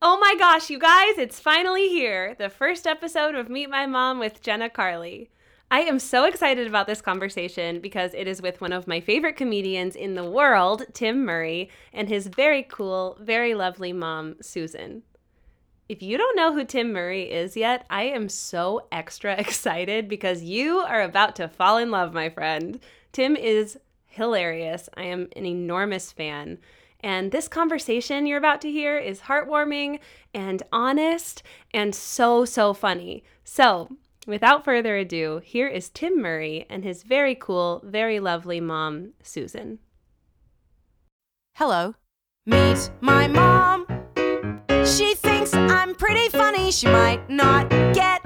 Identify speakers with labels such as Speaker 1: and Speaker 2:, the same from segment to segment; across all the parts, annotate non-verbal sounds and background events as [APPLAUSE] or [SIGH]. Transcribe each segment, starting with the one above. Speaker 1: Oh my gosh, you guys, it's finally here. The first episode of Meet My Mom with Jenna Carley. I am so excited about this conversation because it is with one of my favorite comedians in the world, Tim Murray, and his very cool, very lovely mom, Susan. If you don't know who Tim Murray is yet, I am so extra [LAUGHS] excited because you are about to fall in love, my friend. Tim is hilarious. I am an enormous fan. And this conversation you're about to hear is heartwarming and honest and so, so funny. So, without further ado, here is Tim Murray and his very cool, very lovely mom, Susan.
Speaker 2: Hello. Meet my mom. She thinks I'm pretty funny. She might not get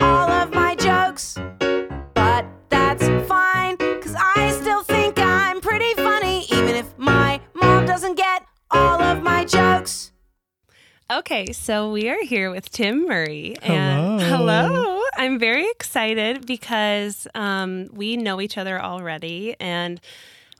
Speaker 2: all of my jokes, but that's fine because I still think I'm pretty funny, even if my mom doesn't get all of my jokes.
Speaker 1: Okay, so we are here with Tim Murray.
Speaker 3: Hello.
Speaker 1: hello. I'm very excited because um, we know each other already and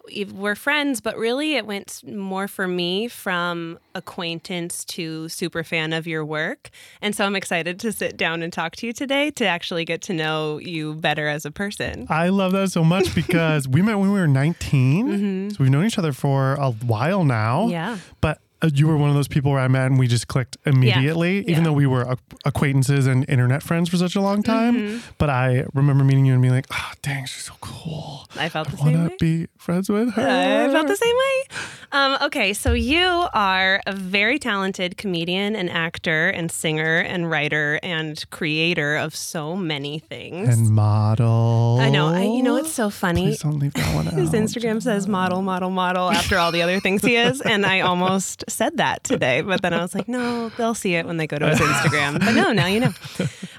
Speaker 1: we- we're friends, but really it went s- more for me from acquaintance to super fan of your work. And so I'm excited to sit down and talk to you today to actually get to know you better as a person.
Speaker 3: I love that
Speaker 1: [LAUGHS]
Speaker 3: so much because we met when we were 19. So we've known each other for a while now.
Speaker 1: Mm-hmm. Yeah.
Speaker 3: But uh, you were one of those people where I met and we just clicked immediately, even
Speaker 1: Yeah.
Speaker 3: though we were ac- acquaintances and internet friends for such a long time.
Speaker 1: Mm-hmm.
Speaker 3: But I remember meeting you and being like, oh, dang, she's so cool.
Speaker 1: I felt the same
Speaker 3: want to
Speaker 1: way.
Speaker 3: be friends with her.
Speaker 1: I felt the same way. Um, okay, so you are a very talented comedian and actor and singer and writer and creator of so many things.
Speaker 3: And model.
Speaker 1: I know. I, you know, it's so funny.
Speaker 3: Please don't leave that
Speaker 1: [LAUGHS]
Speaker 3: one out.
Speaker 1: His Instagram says model, model, model after all the other things he is. And I almost said that today, but then I was like, no, they'll see it when they go to his Instagram. But no, now you know.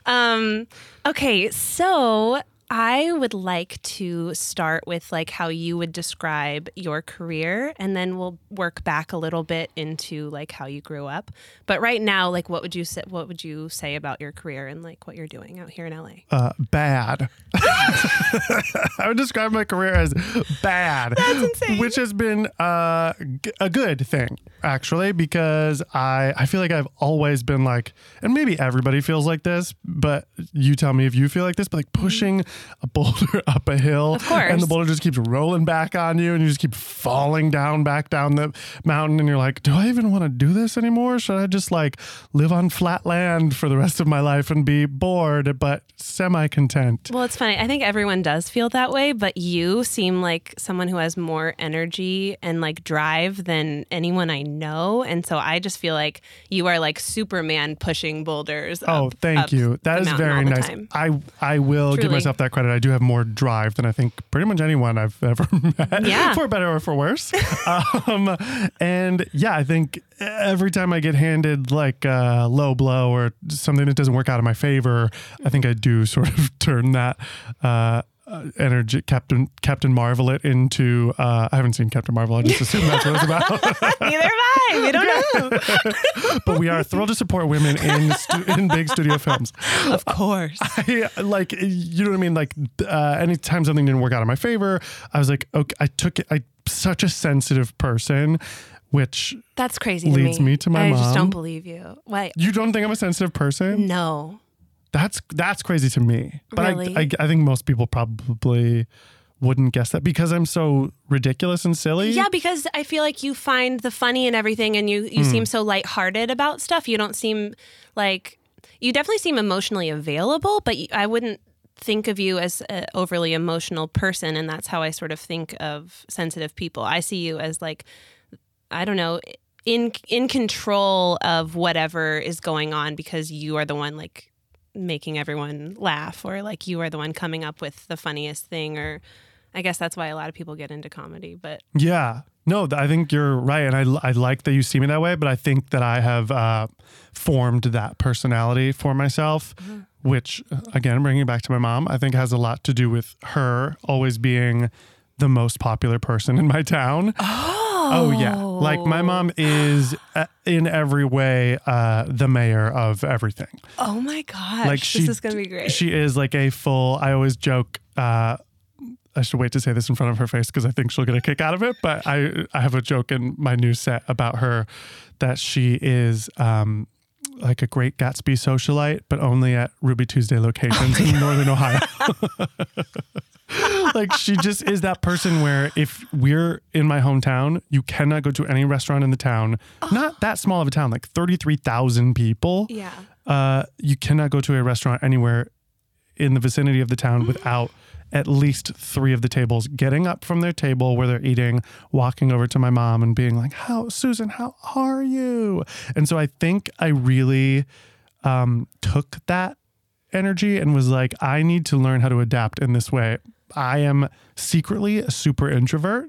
Speaker 1: Um, okay, so I would like to start with like how you would describe your career and then we'll work back a little bit into like how you grew up. But right now, like what would you say what would you say about your career and like what you're doing out here in LA?
Speaker 3: uh, bad. [LAUGHS] I would describe my career as
Speaker 1: [LAUGHS]
Speaker 3: bad. Which has been uh, g- a good thing, actually, because I, I feel like I've always been like, and maybe everybody feels like this, but you tell me if you feel like this, but like pushing a boulder [LAUGHS] up a hill.
Speaker 1: Of course.
Speaker 3: And the boulder just keeps rolling back on you and you just keep falling down, back down the mountain. And you're like, do I even want to do this anymore? Should I just like live on flat land for the rest of my life and be bored, but semi content?
Speaker 1: Well, it's funny. I think everyone does feel that way, but you seem like someone who has more energy and like drive than anyone I know. And so I just feel like you are like Superman pushing boulders.
Speaker 3: Oh,
Speaker 1: up-
Speaker 3: thank
Speaker 1: up
Speaker 3: you. That
Speaker 1: the
Speaker 3: is
Speaker 1: mountain
Speaker 3: very
Speaker 1: all the
Speaker 3: nice.
Speaker 1: time.
Speaker 3: I I will give
Speaker 1: Truly.
Speaker 3: myself that credit. I do have more drive than I think pretty much anyone I've ever [LAUGHS] met,
Speaker 1: Yeah.
Speaker 3: for better or for worse.
Speaker 1: [LAUGHS]
Speaker 3: um, and yeah, I think every time I get handed like a low blow or something that doesn't work out in my favor, I think I do sort of [LAUGHS] turn that. Uh, uh, energy captain captain marvel it into uh i haven't seen captain marvel i just assume that's what it's about [LAUGHS]
Speaker 1: Neither am I. We don't know.
Speaker 3: but we are thrilled to support women in stu- in big
Speaker 1: [LAUGHS]
Speaker 3: studio films
Speaker 1: Of course.
Speaker 3: [LAUGHS] I, like you know what I mean. Like uh, anytime something didn't work out in my favor, I was like, okay, I took it. I such a sensitive person, which
Speaker 1: That's crazy.
Speaker 3: Leads
Speaker 1: to me,
Speaker 3: me to my
Speaker 1: I just don't
Speaker 3: mom.
Speaker 1: believe you. Why?
Speaker 3: you don't think I'm a sensitive
Speaker 1: Mm.
Speaker 3: person.
Speaker 1: No.
Speaker 3: That's that's crazy to me. But
Speaker 1: Really?
Speaker 3: I, I I think most people probably wouldn't guess that because I'm so ridiculous and silly.
Speaker 1: Yeah, because I feel like you find the funny in everything and you, you seem so lighthearted about stuff. You don't seem like you definitely seem emotionally available, but you- I wouldn't think of you as an overly emotional person. And that's how I sort of think of sensitive people. I see you as like, I don't know, in in control of whatever is going on because you are the one like making everyone laugh or like you are the one coming up with the funniest thing or I guess that's why a lot of people get into comedy, but
Speaker 3: Yeah. No, th- I think you're right. And I, I like that you see me that way, but I think that I have uh, formed that personality for myself, which, uh, again, bringing it back to my mom, I think has a lot to do with her always being the most popular person in my town. Oh, yeah. Like, my mom is uh, in every way uh, the mayor of everything
Speaker 1: Oh my gosh.
Speaker 3: like she
Speaker 1: this is gonna be great.
Speaker 3: She is like a full. I always joke. Uh, I should wait to say this in front of her face because I think she'll get a kick out of it. But I, I have a joke in my new set about her that she is um, like a great Gatsby socialite, but only at Ruby Tuesday locations in Northern Ohio. [LAUGHS] like she just is that person where if we're in my hometown, you cannot go to any restaurant in the town, not that small of a town, like 33,000 people
Speaker 1: Yeah.
Speaker 3: uh, you cannot go to a restaurant anywhere in the vicinity of the town without at least three of the tables getting up from their table where they're eating, walking over to my mom and being like, How, Susan, how are you? And so I think I really um, took that energy and was like, I need to learn how to adapt in this way. I am secretly a super introvert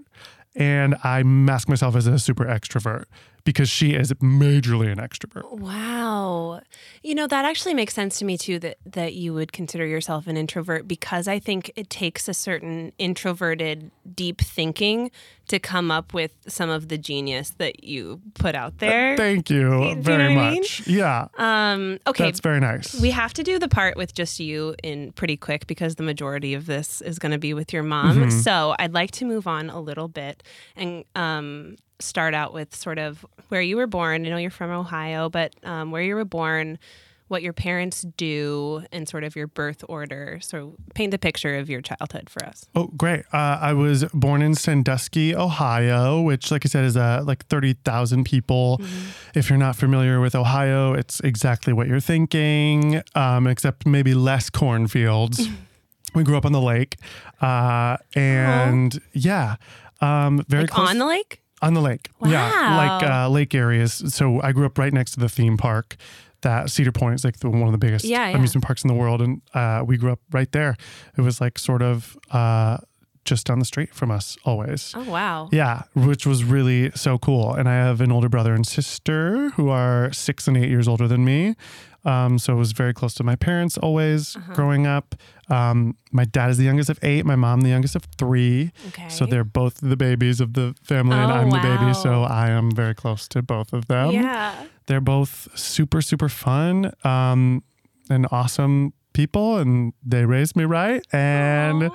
Speaker 3: and I mask myself as a super extrovert because she is majorly an extrovert.
Speaker 1: Wow. You know, that actually makes sense to me too that that you would consider yourself an introvert because I think it takes a certain introverted deep thinking to come up with some of the genius that you put out there.
Speaker 3: Uh, Thank you
Speaker 1: you
Speaker 3: very
Speaker 1: know what I mean?
Speaker 3: much. Yeah,
Speaker 1: Um okay,
Speaker 3: that's very nice.
Speaker 1: we have to do the part with just you in pretty quick because the majority of this is going to be with your mom.
Speaker 3: Mm-hmm.
Speaker 1: So I'd like to move on a little bit and um, start out with sort of where you were born. I know you're from Ohio, but um, where you were born, what your parents do, and sort of your birth order. So paint the picture of your childhood for us.
Speaker 3: oh, great. Uh, I was born in Sandusky, Ohio, which, like I said, is uh, like 30,000 people.
Speaker 1: Mm-hmm.
Speaker 3: If you're not familiar with Ohio, it's exactly what you're thinking, um, except maybe less cornfields.
Speaker 1: Mm-hmm.
Speaker 3: we grew up on the lake. Uh, and yeah, um, very close.
Speaker 1: Uh-huh. On the lake?
Speaker 3: On the lake. Yeah. Like
Speaker 1: Wow.
Speaker 3: uh, lake areas. So I grew up right next to the theme park. That Cedar Point is like the, one of the biggest
Speaker 1: Yeah, yeah.
Speaker 3: amusement parks in the world. And uh, we grew up right there. It was like sort of uh, just down the street from us always.
Speaker 1: Oh, wow.
Speaker 3: Yeah, which was really so cool. And I have an older brother and sister who are six and eight years older than me. Um, so I was very close to my parents always
Speaker 1: Uh-huh.
Speaker 3: growing up. Um, my dad is the youngest of eight, my mom the youngest of three.
Speaker 1: Okay.
Speaker 3: So they're both the babies of the family, and
Speaker 1: Oh,
Speaker 3: I'm the
Speaker 1: wow.
Speaker 3: baby, so I am very close to both of them.
Speaker 1: yeah.
Speaker 3: They're both super, super fun um, and awesome people, and they raised me right, and
Speaker 1: Aw.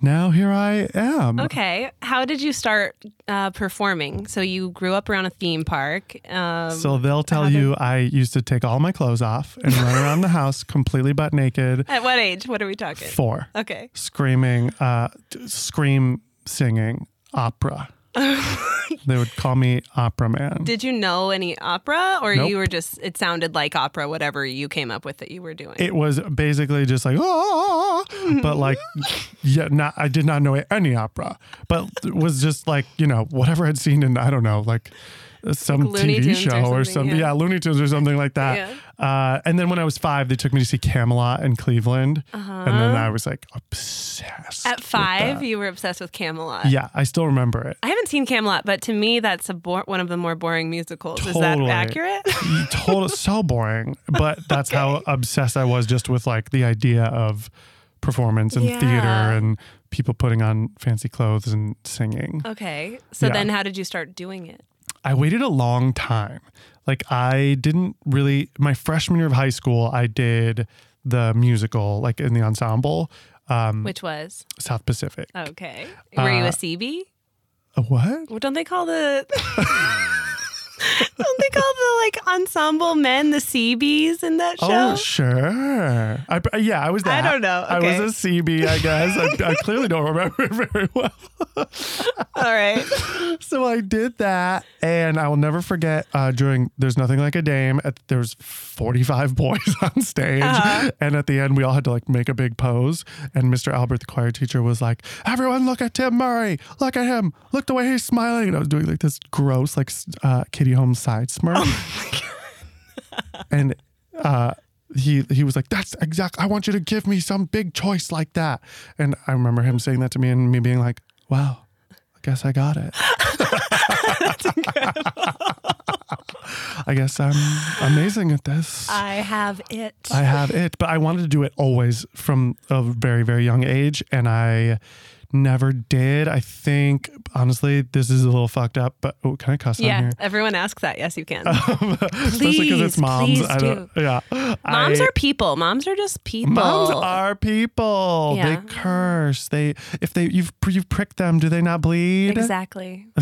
Speaker 3: now here I am.
Speaker 1: Okay. How did you start uh, performing? So you grew up around a theme park. Um,
Speaker 3: So they'll tell you I used to take all my clothes off and run around the house completely butt naked,
Speaker 1: [LAUGHS] At what age? What are we talking?
Speaker 3: four,
Speaker 1: Okay.
Speaker 3: screaming, uh, t- scream singing
Speaker 1: [LAUGHS]
Speaker 3: opera. they would call me opera man.
Speaker 1: Did you know any opera or
Speaker 3: Nope.
Speaker 1: you were just, it sounded like opera, whatever you came up with that you were doing?
Speaker 3: it was basically just like oh but
Speaker 1: Mm-hmm.
Speaker 3: like yeah not i did not know any opera but it was just like you know whatever i'd seen in i don't know like uh, some
Speaker 1: Like Looney
Speaker 3: tv
Speaker 1: Tunes or
Speaker 3: show or
Speaker 1: something,
Speaker 3: something
Speaker 1: yeah.
Speaker 3: yeah. looney tunes or something like that uh, and then when i was five they took me to see camelot in cleveland and then i was like obsessed
Speaker 1: Uh-huh. At
Speaker 3: with
Speaker 1: five,
Speaker 3: that.
Speaker 1: you were obsessed with Camelot.
Speaker 3: yeah i still remember it
Speaker 1: I haven't seen Camelot, but to me, that's a bor- one of the more boring musicals. Is that
Speaker 3: Totally.
Speaker 1: accurate? [LAUGHS]
Speaker 3: total so boring but that's how obsessed i was just with like the idea of performance and
Speaker 1: Yeah.
Speaker 3: theater and people putting on fancy clothes and singing
Speaker 1: Uh, okay. So
Speaker 3: Yeah.
Speaker 1: then how did you start doing it?
Speaker 3: i waited a long time like i didn't really my freshman year of high school i did the musical like in the ensemble um
Speaker 1: Which was?
Speaker 3: south pacific
Speaker 1: Okay. Were
Speaker 3: Uh,
Speaker 1: you a CB?
Speaker 3: A what
Speaker 1: Well, don't they call the. [LAUGHS] Don't they call the like ensemble men the CBs in that show?
Speaker 3: Oh sure, I, yeah, I was.
Speaker 1: I
Speaker 3: That.
Speaker 1: don't know.
Speaker 3: I
Speaker 1: Okay.
Speaker 3: was a CB, I guess. I, I clearly don't remember [LAUGHS] it very well.
Speaker 1: All right.
Speaker 3: [LAUGHS] so I did that, and I will never forget. Uh, during "There's Nothing Like a Dame," at, there was 45 [LAUGHS] boys on stage, and at the end, we all had to like make a big pose. And Mr. Albert, the choir teacher, was like, "Everyone, look at Tim Murray! Look at him! Look the way he's smiling!" And I was doing like this gross, like s- uh, Kitty Holmes side smirk, and. Uh, he he was like, "That's exact. I want you to give me some big choice like that." And I remember him saying that to me, and me being like, "Wow, I guess I got it." [LAUGHS] I guess I'm amazing at this.
Speaker 1: I have it.
Speaker 3: I have it, but I wanted to do it always from a very, very young age. And I never did. I think honestly, this is a little fucked up, but oh, can I cuss
Speaker 1: yeah,
Speaker 3: on here? [LAUGHS] Uh,
Speaker 1: everyone asks that. Yes, you can.
Speaker 3: Especially because it's
Speaker 2: Please,
Speaker 3: moms.
Speaker 2: please
Speaker 3: I don't, yeah.
Speaker 1: moms
Speaker 3: I-
Speaker 1: are people. Moms are just people.
Speaker 3: Moms are people.
Speaker 1: Yeah.
Speaker 3: They curse. They if they you've you've pricked them, do they not bleed?
Speaker 1: exactly.
Speaker 3: [LAUGHS]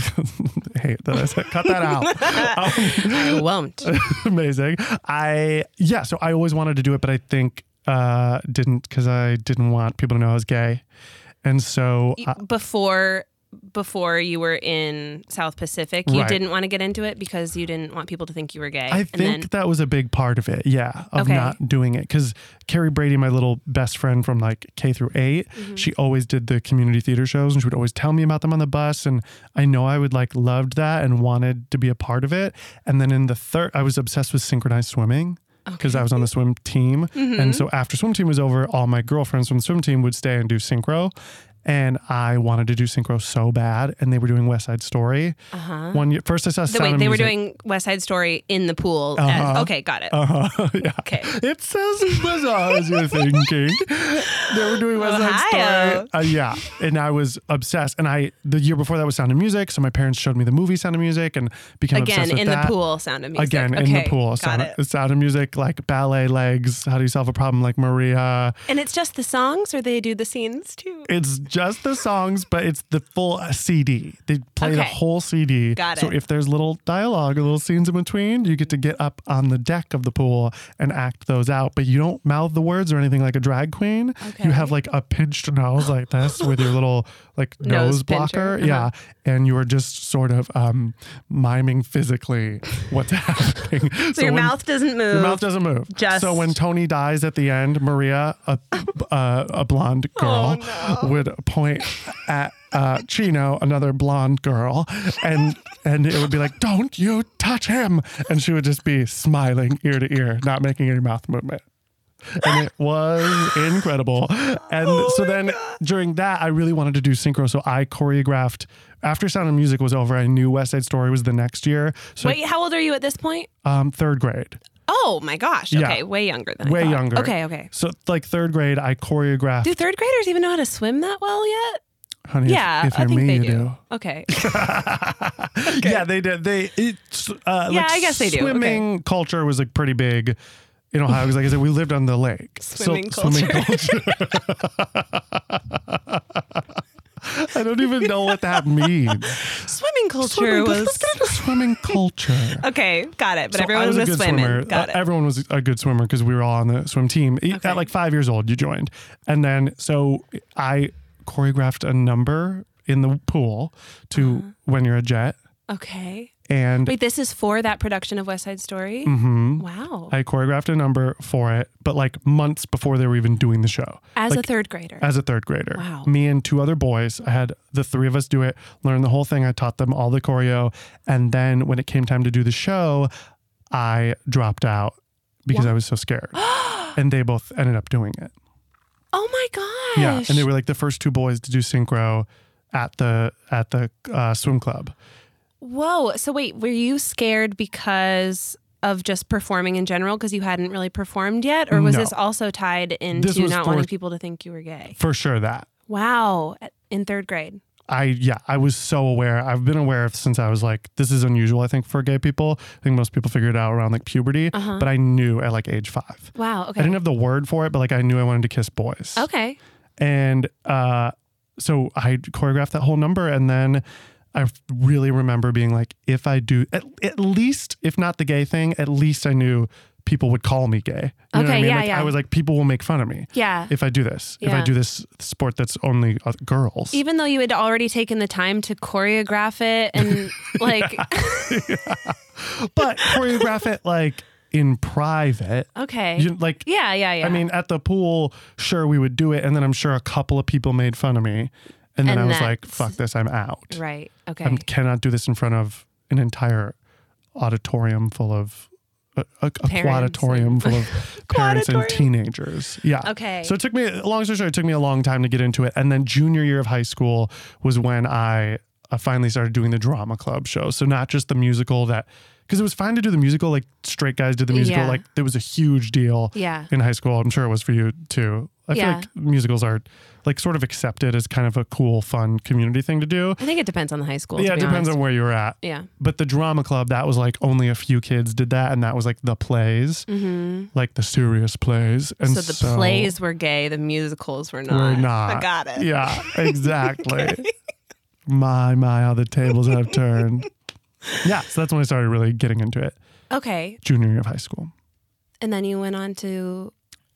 Speaker 3: Hey, that I said, cut that out. Um,
Speaker 1: I
Speaker 3: [LAUGHS]
Speaker 1: won't.
Speaker 3: Amazing. I yeah, so I always wanted to do it, but I think uh didn't because I didn't want people to know I was gay. And so
Speaker 1: You-
Speaker 3: I,
Speaker 1: before before you were in South Pacific, you
Speaker 3: Right.
Speaker 1: didn't want to get into it because you didn't want people to think you were gay.
Speaker 3: I
Speaker 1: and
Speaker 3: think
Speaker 1: then
Speaker 3: that was a big part of it, yeah, of
Speaker 1: Okay.
Speaker 3: not doing it. Because Carrie Brady, my little best friend from like K through 8
Speaker 1: Mm-hmm.
Speaker 3: she always did the community theater shows, and she would always tell me about them on the bus. And I know I would like loved that and wanted to be a part of it. And then in the third, I was obsessed with synchronized swimming because I was on the swim team,
Speaker 1: Mm-hmm.
Speaker 3: and so after swim team was over, all my girlfriends from the swim team would stay and do synchro. And I wanted to do synchro so bad, and they were doing West Side Story. Uh-huh. One year, first I saw.
Speaker 1: the
Speaker 3: Sound
Speaker 1: wait,
Speaker 3: of
Speaker 1: they were
Speaker 3: Music.
Speaker 1: doing West Side Story in the pool. as- okay, got it.
Speaker 3: [LAUGHS] Uh-huh. [LAUGHS] yeah.
Speaker 1: Okay.
Speaker 3: It's as bizarre as you're thinking. They were doing West Side
Speaker 1: Ohio.
Speaker 3: Story. Uh, yeah. And I was obsessed. And I the year before that was Sound of Music. So my parents showed me the movie Sound of Music and became
Speaker 1: Again,
Speaker 3: obsessed with
Speaker 1: in the
Speaker 3: that.
Speaker 1: pool, sound of music.
Speaker 3: Again, in
Speaker 1: Okay,
Speaker 3: the pool.
Speaker 1: Got
Speaker 3: Sound,
Speaker 1: it.
Speaker 3: sound of music, like ballet legs. How do you solve a problem like Maria?
Speaker 1: And it's just the songs, or they do the scenes too?
Speaker 3: It's just the songs, but it's the full CD. They play the
Speaker 1: Okay.
Speaker 3: whole CD.
Speaker 1: Got
Speaker 3: So
Speaker 1: it.
Speaker 3: if there's little dialogue or little scenes in between, you get to get up on the deck of the pool and act those out. But you don't mouth the words or anything like a drag queen. You have like a pinched nose like this with your little like
Speaker 1: [LAUGHS]
Speaker 3: nose,
Speaker 1: Nose
Speaker 3: blocker.
Speaker 1: pincher, Uh-huh.
Speaker 3: Yeah. And you are just sort of um, miming physically what's [LAUGHS] happening.
Speaker 1: So, your mouth doesn't move.
Speaker 3: Your mouth doesn't move.
Speaker 1: Just-
Speaker 3: so when Tony dies at the end, Maria, a [LAUGHS] uh, a blonde
Speaker 1: Oh,
Speaker 3: girl, would point at uh, Chino, another blonde girl, and and it would be like, "Don't you touch him!" And she would just be smiling ear to ear, not making any mouth movement.
Speaker 1: [LAUGHS]
Speaker 3: And it was incredible. And
Speaker 1: Oh
Speaker 3: so then during that, I really wanted to do synchro. So I choreographed. After Sound of Music was over, I knew West Side Story was the next year. So
Speaker 1: Wait, how old are you at this point?
Speaker 3: um, third grade.
Speaker 1: Oh my gosh.
Speaker 3: Yeah.
Speaker 1: Okay, way younger than I
Speaker 3: Way
Speaker 1: thought.
Speaker 3: younger.
Speaker 1: Okay, okay.
Speaker 3: So like third grade, I choreographed.
Speaker 1: Do third graders even know how to swim that well yet?
Speaker 3: honey, if-
Speaker 1: yeah,
Speaker 3: if,
Speaker 1: I
Speaker 3: you're
Speaker 1: think
Speaker 3: me,
Speaker 1: they
Speaker 3: you
Speaker 1: do.
Speaker 3: do. [LAUGHS]
Speaker 1: Okay.
Speaker 3: Yeah, they did. They it's uh,
Speaker 1: Yeah,
Speaker 3: like
Speaker 1: I guess they do.
Speaker 3: Swimming culture was like pretty big in Ohio because, like I said, we lived on the lake. So-
Speaker 1: Swimming
Speaker 3: Swimming culture. [LAUGHS] I don't even know what that means.
Speaker 1: Swimming culture
Speaker 3: Swimming-
Speaker 1: was.
Speaker 3: Let's get into swimming culture.
Speaker 1: Okay, got it. But
Speaker 3: So
Speaker 1: everyone was, swimming. Got
Speaker 3: Uh,
Speaker 1: it.
Speaker 3: Everyone was a good swimmer because we were all on the swim team. E- At like five years old, you joined. And then, so I choreographed a number in the pool to when you're a jet.
Speaker 1: okay.
Speaker 3: And
Speaker 1: Uh-huh. Wait, this is for that production of West Side Story?
Speaker 3: mhm,
Speaker 1: Wow.
Speaker 3: I choreographed a number for it, but like months before they were even doing the show.
Speaker 1: As
Speaker 3: like,
Speaker 1: a third grader.
Speaker 3: as a third grader.
Speaker 1: Wow.
Speaker 3: Me and two other boys, I had the three of us do it, learn the whole thing. I taught them all the choreo. And then when it came time to do the show, I dropped out because I was so scared. and they both ended up doing it.
Speaker 1: oh my gosh.
Speaker 3: Yeah. And they were like the first two boys to do synchro at the at the uh, swim club.
Speaker 1: Whoa. So wait, were you scared because of just performing in general because you hadn't really performed yet? Or was
Speaker 3: No.
Speaker 1: this also tied into
Speaker 3: was
Speaker 1: not wanting
Speaker 3: for-
Speaker 1: people to think you were gay?
Speaker 3: For sure that.
Speaker 1: Wow. At- In third grade.
Speaker 3: I yeah, I was so aware. I've been aware of since I was like, this is unusual, I think, for gay people. I think most people figure it out around like puberty. But I knew at like age five.
Speaker 1: Wow.
Speaker 3: I didn't
Speaker 1: Okay.
Speaker 3: have the word for it, but like I knew I wanted to kiss boys.
Speaker 1: Okay.
Speaker 3: And uh, so I choreographed that whole number. And then I really remember being like, if I do, at, at least, if not the gay thing, at least I knew people would call me gay. You know what
Speaker 1: Okay,
Speaker 3: I mean?
Speaker 1: yeah,
Speaker 3: like
Speaker 1: yeah.
Speaker 3: I was like, people will make fun of me
Speaker 1: Yeah.
Speaker 3: if I do this, if
Speaker 1: Yeah.
Speaker 3: I do this sport that's only uh, girls.
Speaker 1: Even though you had already taken the time to choreograph it
Speaker 3: [LAUGHS]
Speaker 1: and like,
Speaker 3: but choreograph it like in private.
Speaker 1: okay.
Speaker 3: You, like,
Speaker 1: yeah, yeah, yeah.
Speaker 3: I mean, at the pool, sure, we would do it. And then I'm sure a couple of people made fun of me. And then
Speaker 1: And
Speaker 3: I was like,
Speaker 1: that's-
Speaker 3: fuck this, I'm out.
Speaker 1: right. Okay.
Speaker 3: I cannot do this in front of an entire auditorium full of, a, a, a
Speaker 1: Parents [LAUGHS]
Speaker 3: quadatorium full of parents and
Speaker 1: Quadatorium.
Speaker 3: teenagers. Yeah.
Speaker 1: Okay.
Speaker 3: So it took me, long story short, it took me a long time to get into it. And then junior year of high school was when I uh, finally started doing the drama club show. So not just the musical that, because it was fine to do the musical, like straight guys did the musical,
Speaker 1: Yeah.
Speaker 3: like there was a huge deal
Speaker 1: yeah.
Speaker 3: in high school. I'm sure it was for you too. I
Speaker 1: Yeah.
Speaker 3: feel like musicals are like sort of accepted as kind of a cool, fun community thing to do.
Speaker 1: I think it depends on the high school.
Speaker 3: yeah, it depends on where you're at.
Speaker 1: Yeah.
Speaker 3: But the drama club, that was like only a few kids did that, and that was like the plays, like the serious plays. And
Speaker 1: Mm-hmm. So the plays were gay, the musicals were not.
Speaker 3: were not.
Speaker 1: I got it. [LAUGHS]
Speaker 3: Yeah, exactly. My my, how the tables have turned. yeah, so that's when I started really getting into it,
Speaker 1: Okay.
Speaker 3: junior year of high school.
Speaker 1: And then you went on to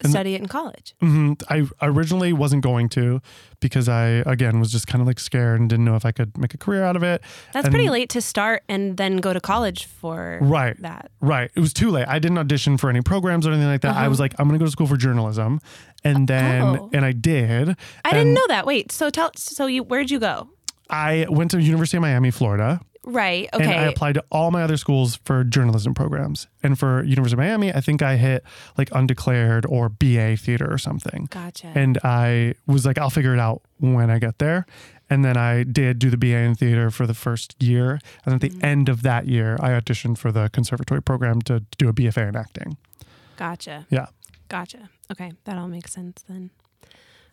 Speaker 1: study it in college.
Speaker 3: hmm I originally wasn't going to because I again was just kind of like scared and didn't know if I could make a career out of it.
Speaker 1: That's
Speaker 3: And-
Speaker 1: pretty late to start and then go to college for
Speaker 3: Right.
Speaker 1: that.
Speaker 3: Right. It was too late. I didn't audition for any programs or anything like that. I was like, I'm going to go to school for journalism. And then,
Speaker 1: Uh-huh. Oh.
Speaker 3: and I did.
Speaker 1: I didn't know that. Wait, so tell so you where'd you go?
Speaker 3: I went to University of Miami, Florida,
Speaker 1: Right.
Speaker 3: and I
Speaker 1: Okay.
Speaker 3: applied to all my other schools for journalism programs. And for University of Miami, I think I hit like undeclared or BA theater or something.
Speaker 1: gotcha.
Speaker 3: And I was like, I'll figure it out when I get there. And then I did do the BA in theater for the first year. And at the
Speaker 1: Mm.
Speaker 3: end of that year, I auditioned for the conservatory program to do a BFA in acting.
Speaker 1: Gotcha.
Speaker 3: Yeah.
Speaker 1: Gotcha. Okay. That all makes sense then.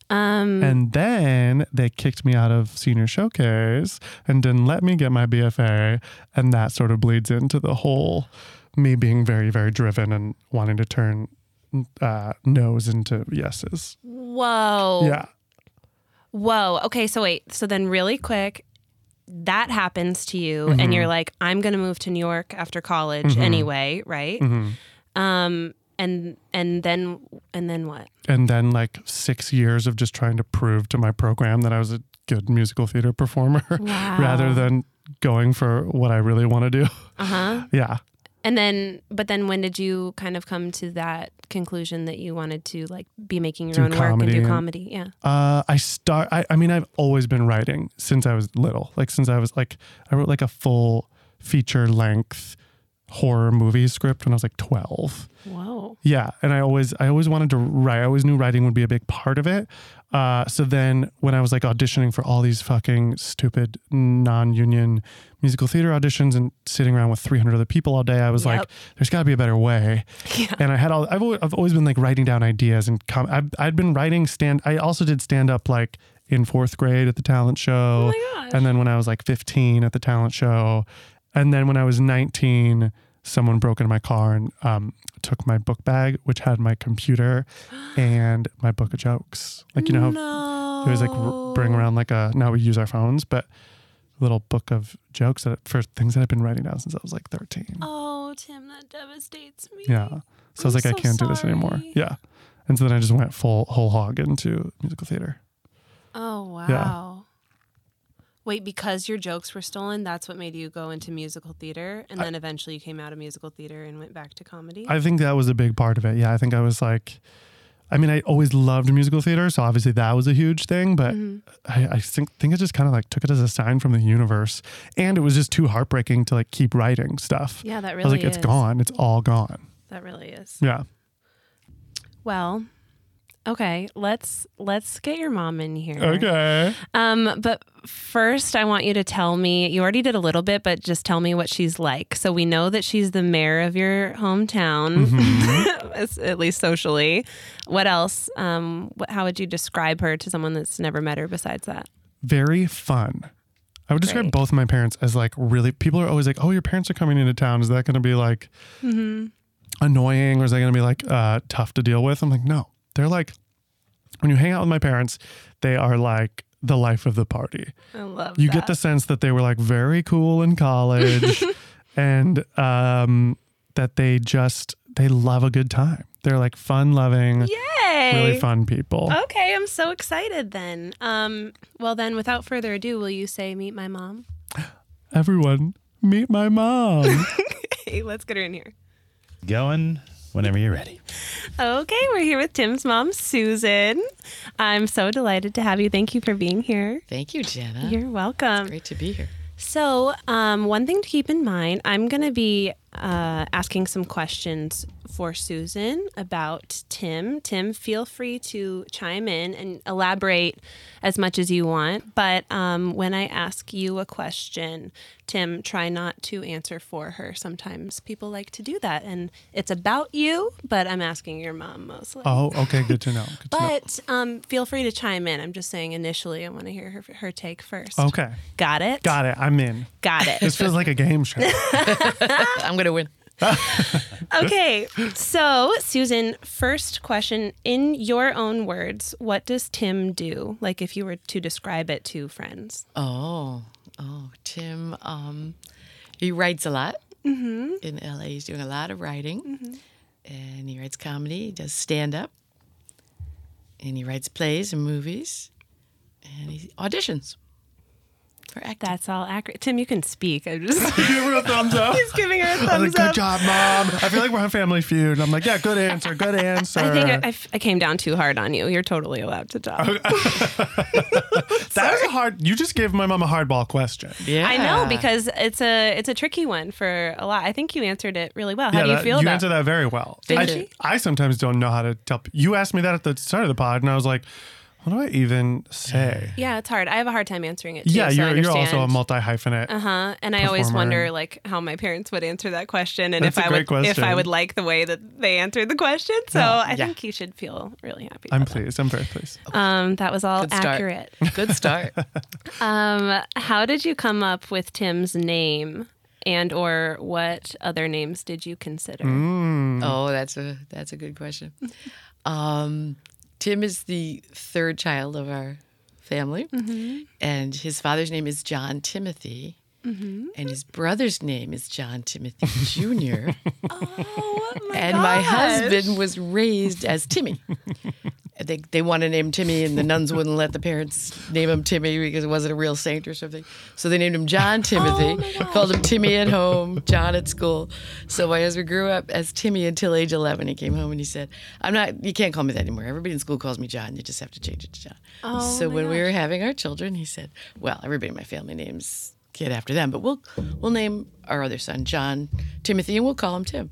Speaker 1: Um
Speaker 3: And then they kicked me out of senior showcase and didn't let me get my BFA. And that sort of bleeds into the whole me being very, very driven and wanting to turn uh, no's into yeses.
Speaker 1: whoa.
Speaker 3: Yeah.
Speaker 1: Whoa. Okay, so wait. So then really quick, that happens to you
Speaker 3: Mm-hmm.
Speaker 1: and you're like, I'm gonna move to New York after college anyway, right?
Speaker 3: Mm-hmm.
Speaker 1: Um and and then and then what?
Speaker 3: And then like six years of just trying to prove to my program that I was a good musical theater performer [LAUGHS] rather than going for what I really want to do. [LAUGHS]
Speaker 1: Uh-huh.
Speaker 3: yeah.
Speaker 1: And then but then when did you kind of come to that conclusion that you wanted to like be making your
Speaker 3: Do
Speaker 1: own work and
Speaker 3: comedy
Speaker 1: do
Speaker 3: and-
Speaker 1: comedy? Yeah.
Speaker 3: Uh, I start. I, I mean, I've always been writing since I was little. Like since I was like, I wrote like a full feature length horror movie script when I was like twelve.
Speaker 1: Whoa.
Speaker 3: Yeah, and I always, I always wanted to write. I always knew writing would be a big part of it. Uh, so then when I was like auditioning for all these fucking stupid non-union musical theater auditions and sitting around with 300 other people all day, I was
Speaker 1: Yep.
Speaker 3: like, there's got to be a better way. And I had all, I've always, I've always been like writing down ideas and com- I've, I'd been writing stand, I also did stand up like in fourth grade at the talent show.
Speaker 1: Oh gosh.
Speaker 3: and then when I was like 15 at the talent show. And then when I was 19, someone broke into my car and um, took my book bag, which had my
Speaker 1: [GASPS]
Speaker 3: computer and my book of jokes. Like, you know, how
Speaker 1: No.
Speaker 3: it was like r- bring around like a, now we use our phones, but little book of jokes that, for things that I've been writing down since I was like 13.
Speaker 1: Oh, Tim, that devastates me.
Speaker 3: Yeah. So I was like,
Speaker 1: I'm
Speaker 3: I
Speaker 1: so
Speaker 3: can't do this anymore.
Speaker 1: sorry.
Speaker 3: Yeah. And so then I just went full whole hog into musical theater.
Speaker 1: Oh wow. Wait, because your jokes were stolen, that's what made you go into musical theater, and then eventually you came out of musical theater and went back to comedy.
Speaker 3: I think that was a big part of it. Yeah, I think I was like, I mean, I always loved musical theater, so obviously that was a huge thing. But
Speaker 1: Mm-hmm.
Speaker 3: I, I think think I just kind of like took it as a sign from the universe, and it was just too heartbreaking to like keep writing stuff.
Speaker 1: yeah, that
Speaker 3: I
Speaker 1: really
Speaker 3: was like,
Speaker 1: is.
Speaker 3: it's gone, it's all gone.
Speaker 1: That really is.
Speaker 3: Yeah,
Speaker 1: Well, okay, let's let's get your mom in here.
Speaker 3: okay.
Speaker 1: Um, but first, I want you to tell me. You already did a little bit, but just tell me what she's like. So we know that she's the mayor of your hometown,
Speaker 3: Mm-hmm.
Speaker 1: [LAUGHS] as- at least socially. What else? Um, what, how would you describe her to someone that's never met her? Besides that,
Speaker 3: very fun. I would describe
Speaker 1: Great.
Speaker 3: both of my parents as like really. People are always like, "Oh, your parents are coming into town. Is that going to be like annoying, or is that going to be like uh, tough to deal with?" I'm like, "No, they're like." When you hang out with my parents, they are like the life of the party.
Speaker 1: I love
Speaker 3: You get the sense that they were like very cool in college, and um, that they just they love a good time. They're like fun loving,
Speaker 1: Yay! Oh.
Speaker 3: really fun people.
Speaker 1: Okay, I'm so excited then. Um, well then, without further ado, will you say meet my mom?
Speaker 3: Everyone, meet my mom.
Speaker 1: Hey, let's get her in here.
Speaker 4: going whenever you're ready.
Speaker 1: Okay, we're here with Tim's mom, Susan. I'm so delighted to have you. Thank you for being here.
Speaker 5: Thank you, Jenna.
Speaker 1: You're welcome.
Speaker 5: Great to be here.
Speaker 1: So, um, one thing to keep in mind, I'm going to be uh, asking some questions for Susan about Tim. Tim, feel free to chime in and elaborate as much as you want. But um, when I ask you a question, Tim, try not to answer for her. Sometimes people like to do that, and it's about you, but I'm asking your mom mostly.
Speaker 3: Oh, okay. Good to know.
Speaker 1: [LAUGHS]
Speaker 3: Good to know.
Speaker 1: But um, feel free to chime in. I'm just saying initially, I want to hear her, her take first.
Speaker 3: Okay.
Speaker 1: Got it?
Speaker 3: Got it. I'm in.
Speaker 1: Got it. [LAUGHS]
Speaker 3: This feels like a game show.
Speaker 5: I'm going to win.
Speaker 1: Okay, so Susan, first question in your own words, what does Tim do? Like if you were to describe it to friends.
Speaker 5: Oh, oh, Tim. Um, he writes a lot
Speaker 1: Mm-hmm.
Speaker 5: in LA. He's doing a lot of writing, and he writes comedy. He does stand up, and he writes plays and movies, and he auditions for acting.
Speaker 1: That's all accurate. Tim, you can speak. I'm just
Speaker 3: [LAUGHS] [LAUGHS] Give her a thumbs up.
Speaker 1: giving her a
Speaker 3: I was
Speaker 1: thumbs
Speaker 3: like, good
Speaker 1: up.
Speaker 3: job, mom. I feel like we're on Family Feud. And I'm like, yeah, good answer, good answer.
Speaker 1: I think I- I, f- I came down too hard on you. You're totally allowed to talk.
Speaker 3: Oh, that was a hard. You just gave my mom a hardball question.
Speaker 5: yeah,
Speaker 1: I know because it's a it's a tricky one for a lot. I think you answered it really well. How do you
Speaker 3: that-
Speaker 1: feel about
Speaker 3: answered that very well.
Speaker 5: Did
Speaker 3: I,
Speaker 5: she?
Speaker 3: I sometimes don't know how to tell. pe- You asked me that at the start of the pod, and I was like, what do I even say?
Speaker 1: Yeah, it's hard. I have a hard time answering it too.
Speaker 3: Yeah,
Speaker 1: so I
Speaker 3: you're, you're also a
Speaker 1: understand.
Speaker 3: multi hyphenate.
Speaker 1: Uh huh. And I always
Speaker 3: performer.
Speaker 1: wonder like how my parents would answer that question and
Speaker 3: That's
Speaker 1: if
Speaker 3: a
Speaker 1: I
Speaker 3: great
Speaker 1: would if
Speaker 3: question.
Speaker 1: I would like the way that they answered the question. So I
Speaker 5: Yeah.
Speaker 1: think you should feel really happy.
Speaker 3: I'm
Speaker 1: about that.
Speaker 3: pleased. I'm very pleased.
Speaker 1: Um, that was all
Speaker 5: Good start.
Speaker 1: accurate.
Speaker 5: Good start.
Speaker 1: Um, how did you come up with Tim's name, and or what other names did you consider?
Speaker 3: Mm.
Speaker 1: [LAUGHS]
Speaker 5: Oh, that's a that's a good question. Um, Tim is the third child of our family, and his father's name is John Timothy, and his brother's name is John Timothy Jr.
Speaker 1: Oh
Speaker 3: [LAUGHS]
Speaker 1: my
Speaker 5: and my husband was raised as Timmy. [LAUGHS] They, they wanted to name Timmy, and the nuns wouldn't let the parents name him Timmy because it wasn't a real saint or something. So they named
Speaker 1: [LAUGHS]
Speaker 5: him
Speaker 1: Oh
Speaker 5: John Timothy, called him Timmy at home, John at school. So my husband grew up as Timmy until age 11. He came home and he said, I'm not, you can't call me that anymore. Everybody in school calls me John. You just have to change it to John.
Speaker 1: Oh,
Speaker 5: so
Speaker 1: my
Speaker 5: when we were having our children, he said, Well, everybody in my family names kid after them, but we'll, we'll name our other son John Timothy and we'll call him Tim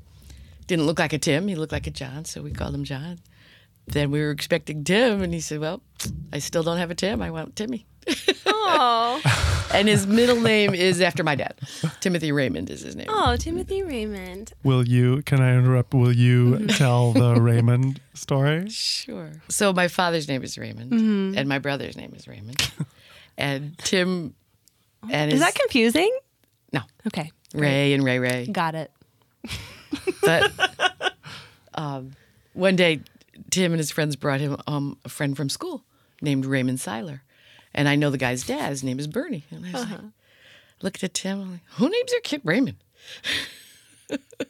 Speaker 5: didn't look like a Tim. He looked like a John, so we called him John. Then we were expecting Tim, and he said, "Well, I still don't have a Tim. I want Timmy." [LAUGHS]
Speaker 1: Oh,
Speaker 5: And his middle name is after my dad. Timothy Raymond is his name.
Speaker 1: oh, Timothy Raymond.
Speaker 3: Will you, can I interrupt?
Speaker 1: [LAUGHS]
Speaker 3: Will you tell the Raymond story?
Speaker 5: Sure. So my father's name is Raymond,
Speaker 1: Mm-hmm.
Speaker 5: and my brother's name is Raymond, [LAUGHS] and Tim. And
Speaker 1: Is
Speaker 5: his,
Speaker 1: that confusing?
Speaker 5: no
Speaker 1: Okay,
Speaker 5: Ray and Ray Ray?
Speaker 1: got it.
Speaker 5: But [LAUGHS] um, one day, Tim and his friends brought him um, a friend from school named Raymond Seiler. And I know the guy's dad. His name is Bernie. And I was like,
Speaker 1: Uh-huh.
Speaker 5: looked at Tim. I'm like, who names their kid Raymond?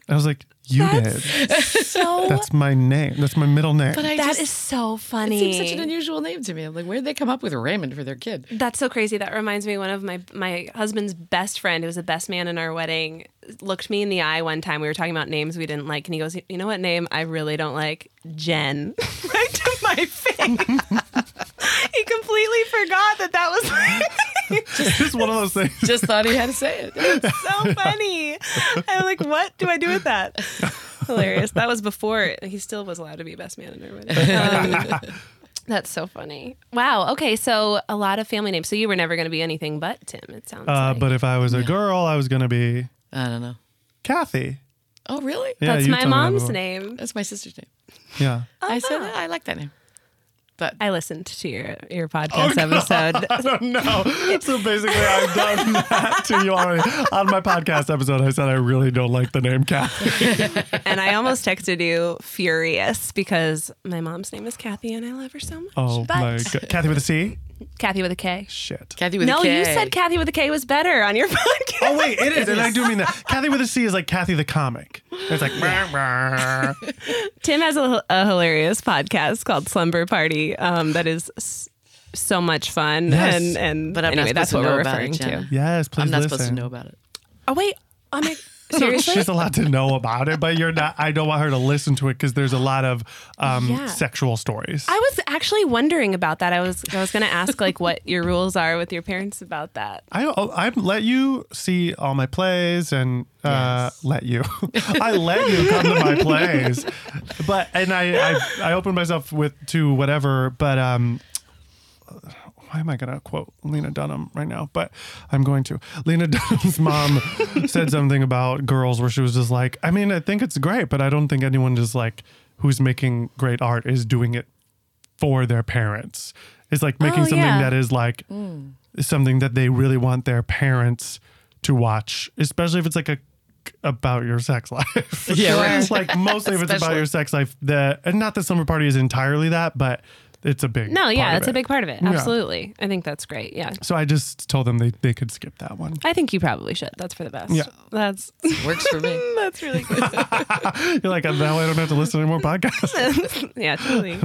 Speaker 3: I was like, you did.
Speaker 1: So
Speaker 3: [LAUGHS] That's my name. That's my middle name.
Speaker 5: But I
Speaker 1: that
Speaker 5: just,
Speaker 1: is so
Speaker 5: it
Speaker 1: funny.
Speaker 5: seems such an unusual name to me. I'm like, where'd they come up with Raymond for their kid?
Speaker 1: That's so crazy. That reminds me. One of my my husband's best friend, who was the best man in our wedding, looked me in the eye one time. We were talking about names we didn't like, and he goes, "You know what name I really don't like? Jen." [LAUGHS] right to my face. he completely forgot that that was [LAUGHS] my name.
Speaker 3: it's one of those things.
Speaker 5: Just thought he had to say
Speaker 1: [LAUGHS]
Speaker 5: it.
Speaker 1: so funny. I'm like, what do I do with that? Hilarious. That was before he still was allowed to be best man in our wedding. Um, that's so funny. Wow. Okay. So a lot of family names. So you were never going to be anything but Tim. It sounds
Speaker 3: Uh,
Speaker 1: like.
Speaker 3: but if I was a girl, I was going to be
Speaker 5: I don't know.
Speaker 3: Kathy.
Speaker 5: Oh, really?
Speaker 3: Yeah,
Speaker 1: That's
Speaker 3: you
Speaker 1: my
Speaker 3: told me that
Speaker 1: mom's
Speaker 3: before.
Speaker 1: name.
Speaker 5: That's my sister's name.
Speaker 3: Yeah.
Speaker 5: I said,
Speaker 1: Uh-huh.
Speaker 5: "Oh, I like that name. But
Speaker 1: I listened to your your podcast episode.
Speaker 3: [LAUGHS] Oh, [LAUGHS] no. So basically, I've done [LAUGHS] that to you already. On my podcast episode, I said I really don't like the name Kathy.
Speaker 1: and I almost texted you furious because my mom's name is Kathy and I love her so much.
Speaker 3: Oh,
Speaker 1: but
Speaker 3: my God. Kathy with a C?
Speaker 1: Kathy with a K.
Speaker 3: Shit.
Speaker 5: Kathy with a
Speaker 1: No,
Speaker 5: K.
Speaker 1: you said Kathy with a K was better on your [LAUGHS] podcast.
Speaker 3: Oh, wait, it is. And I do mean that. Kathy with a C is like Kathy the comic. It's [LAUGHS] like, brr, brr.
Speaker 1: Tim has a, a hilarious podcast called Slumber Party um, that is s- so much fun.
Speaker 3: Yes.
Speaker 1: And, and
Speaker 5: But I'm not
Speaker 1: anyway, that's
Speaker 5: supposed
Speaker 1: what
Speaker 5: to know
Speaker 1: we're
Speaker 5: about it,
Speaker 1: referring to.
Speaker 5: Jenna.
Speaker 3: yes, please
Speaker 5: I'm not
Speaker 3: listen.
Speaker 5: supposed to know about it.
Speaker 3: [LAUGHS]
Speaker 1: Oh, wait. Oh, my, Seriously?
Speaker 3: She's allowed to know about it, but you're not. I don't want her to listen to it because there's a lot of um,
Speaker 1: Yeah.
Speaker 3: sexual stories.
Speaker 1: I was actually wondering about that. I was I was going to ask like what your rules are with your parents about that.
Speaker 3: I oh, I let you see all my plays and uh,
Speaker 1: [LAUGHS]
Speaker 3: let you. I let you come to my plays, but and I I, I open myself with to whatever. But um, why am I gonna quote Lena Dunham right now? But I'm going to. Lena [LAUGHS] Dunham's mom said something about girls where she was just like, I mean, I think it's great, but I don't think anyone just like who's making great art is doing it for their parents. It's like making
Speaker 1: Oh,
Speaker 3: something
Speaker 1: yeah.
Speaker 3: that is like something that they really want their parents to watch, especially if it's like a about your sex [LAUGHS] life.
Speaker 5: Yeah, right.
Speaker 3: it's like mostly if it's about
Speaker 5: Especially.
Speaker 3: your sex life. The and not that summer party is entirely that, but it's a big
Speaker 1: No, yeah,
Speaker 3: part of
Speaker 1: that's a
Speaker 3: it.
Speaker 1: big part of it.
Speaker 3: Yeah.
Speaker 1: Absolutely. I think that's great. Yeah.
Speaker 3: So I just told them they, they could skip that one.
Speaker 1: I think you probably should. That's for the best.
Speaker 3: Yeah.
Speaker 1: That's [LAUGHS]
Speaker 5: Works for me.
Speaker 1: that's really good. [LAUGHS]
Speaker 3: You're like, now I don't have to listen to any more podcasts.
Speaker 1: yeah, totally.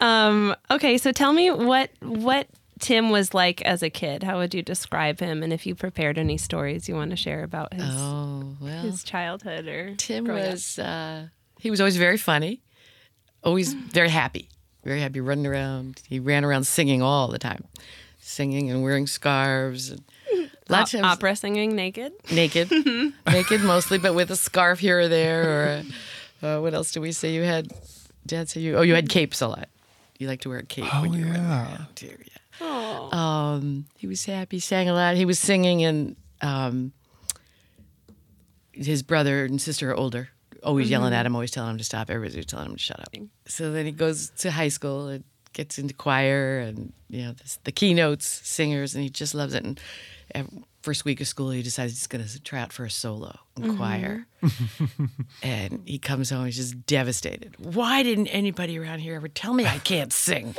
Speaker 1: Um, okay, so tell me what what Tim was like as a kid. How would you describe him and if you prepared any stories you want to share about his
Speaker 5: Oh, well.
Speaker 1: his childhood or
Speaker 5: Tim
Speaker 1: growing up?
Speaker 5: was uh, he was always very funny,
Speaker 1: [GASPS]
Speaker 5: always very happy, very happy running around. He ran around singing all the time, singing and wearing scarves
Speaker 1: [LAUGHS]
Speaker 5: and lots of Uh,
Speaker 1: opera singing naked. [LAUGHS]
Speaker 5: naked,
Speaker 1: Mm-hmm.
Speaker 5: naked mostly, but with a scarf here or there. Or a, uh, what else do we say you had? Dad say you? Oh, you had capes a lot. You like to wear a cape when
Speaker 3: Oh,
Speaker 5: you were
Speaker 3: yeah.
Speaker 5: around here. Yeah. Um, he was happy, sang a lot. He was singing, and um, his brother and sister are older. Always yelling at him, always telling him to stop. Everybody's telling him to shut up. So then he goes to high school and gets into choir and you know this, the keynotes, singers, and he just loves it. And ev- first week of school, he decides he's going to try out for a solo in choir. and he comes home, he's just devastated. Why didn't anybody around here ever tell me I can't sing? [LAUGHS]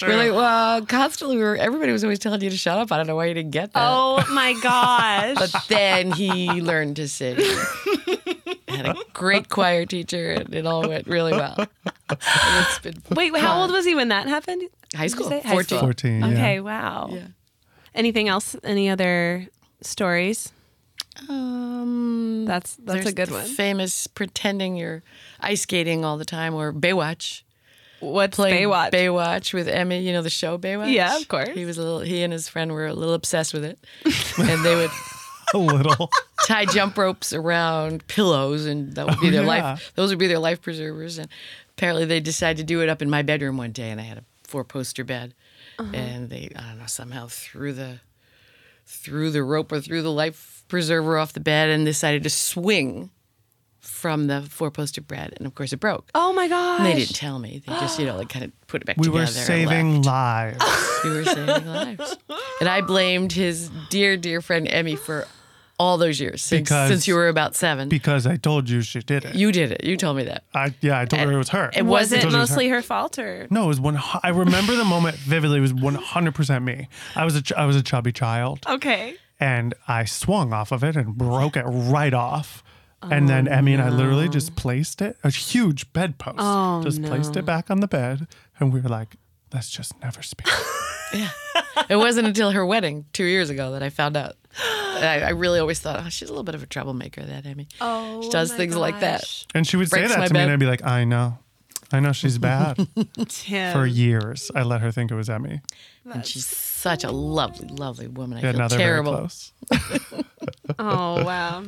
Speaker 5: We're like, well, constantly, we were, everybody was always telling you to shut up. I don't know why you didn't get that.
Speaker 1: Oh my
Speaker 5: [LAUGHS]
Speaker 1: gosh.
Speaker 5: But then he learned to sing. Had a great choir teacher, and it all went really well. And it's been
Speaker 1: Wait, how old was he when that happened? Did
Speaker 5: high
Speaker 1: you
Speaker 5: school,
Speaker 1: say? High
Speaker 5: 14.
Speaker 1: school.
Speaker 3: Fourteen. yeah.
Speaker 1: Okay, wow.
Speaker 5: Yeah.
Speaker 1: Anything else? Any other stories?
Speaker 5: Um,
Speaker 1: That's that's a
Speaker 5: there's
Speaker 1: good
Speaker 5: the
Speaker 1: one.
Speaker 5: Famous pretending you're ice skating all the time, or Baywatch.
Speaker 1: What's
Speaker 5: played
Speaker 1: Baywatch?
Speaker 5: Baywatch with Emmy, you know the show Baywatch.
Speaker 1: Yeah, of course.
Speaker 5: He was a little. He and his friend were a little obsessed with it, [LAUGHS] and they would
Speaker 3: A little.
Speaker 5: tie jump ropes around pillows, and that would be
Speaker 3: Oh,
Speaker 5: their
Speaker 3: yeah.
Speaker 5: life. Those would be their life preservers. And apparently, they decided to do it up in my bedroom one day, and I had a four-poster bed,
Speaker 3: Uh-huh.
Speaker 5: and they, I don't know, somehow threw the threw the rope or threw the life preserver off the bed, and decided to swing from the four-poster bed, and of course, it broke.
Speaker 1: Oh my gosh.
Speaker 5: And They didn't tell me. They just, you know, like kind of put it back
Speaker 3: We
Speaker 5: together.
Speaker 3: were
Speaker 5: and
Speaker 3: saving lives.
Speaker 5: we were saving lives. And I blamed his dear, dear friend Emmy for all those years since,
Speaker 3: Because-
Speaker 5: since you were about seven.
Speaker 3: Because I told you she did it.
Speaker 5: you did it. You told me that.
Speaker 3: I, yeah, I told her it was her.
Speaker 5: It
Speaker 1: was
Speaker 5: wasn't
Speaker 1: it
Speaker 3: Told you it was
Speaker 1: mostly her fault or
Speaker 3: No, it was one. hu- I remember the moment vividly. It was one hundred percent me. I was a ch- I was a chubby child,
Speaker 1: Okay.
Speaker 3: and I swung off of it and broke it right off. And
Speaker 5: Oh,
Speaker 3: then Emmy and I literally just placed it a huge bedpost.
Speaker 1: Oh,
Speaker 3: just placed it back on the bed, and we were like, "Let's just never
Speaker 5: [LAUGHS]
Speaker 3: speak."
Speaker 5: It wasn't until her wedding two years ago that I found out. And I, I really always thought, oh, she's a little bit of a troublemaker, that Emmy.
Speaker 1: Oh.
Speaker 5: she does
Speaker 1: my
Speaker 5: things like that.
Speaker 1: gosh.
Speaker 3: and she would say
Speaker 5: Breaks
Speaker 3: that
Speaker 5: my
Speaker 3: to me, and
Speaker 5: bed.
Speaker 3: I'd be like, "I know, I know, she's
Speaker 5: [LAUGHS]
Speaker 3: bad."
Speaker 1: Tim.
Speaker 5: Oh.
Speaker 3: For years, I let her think it was Emmy.
Speaker 5: And she's such a lovely, lovely woman. I
Speaker 3: Yeah,
Speaker 5: feel
Speaker 3: now they're
Speaker 5: terrible.
Speaker 3: very close.
Speaker 1: Oh wow.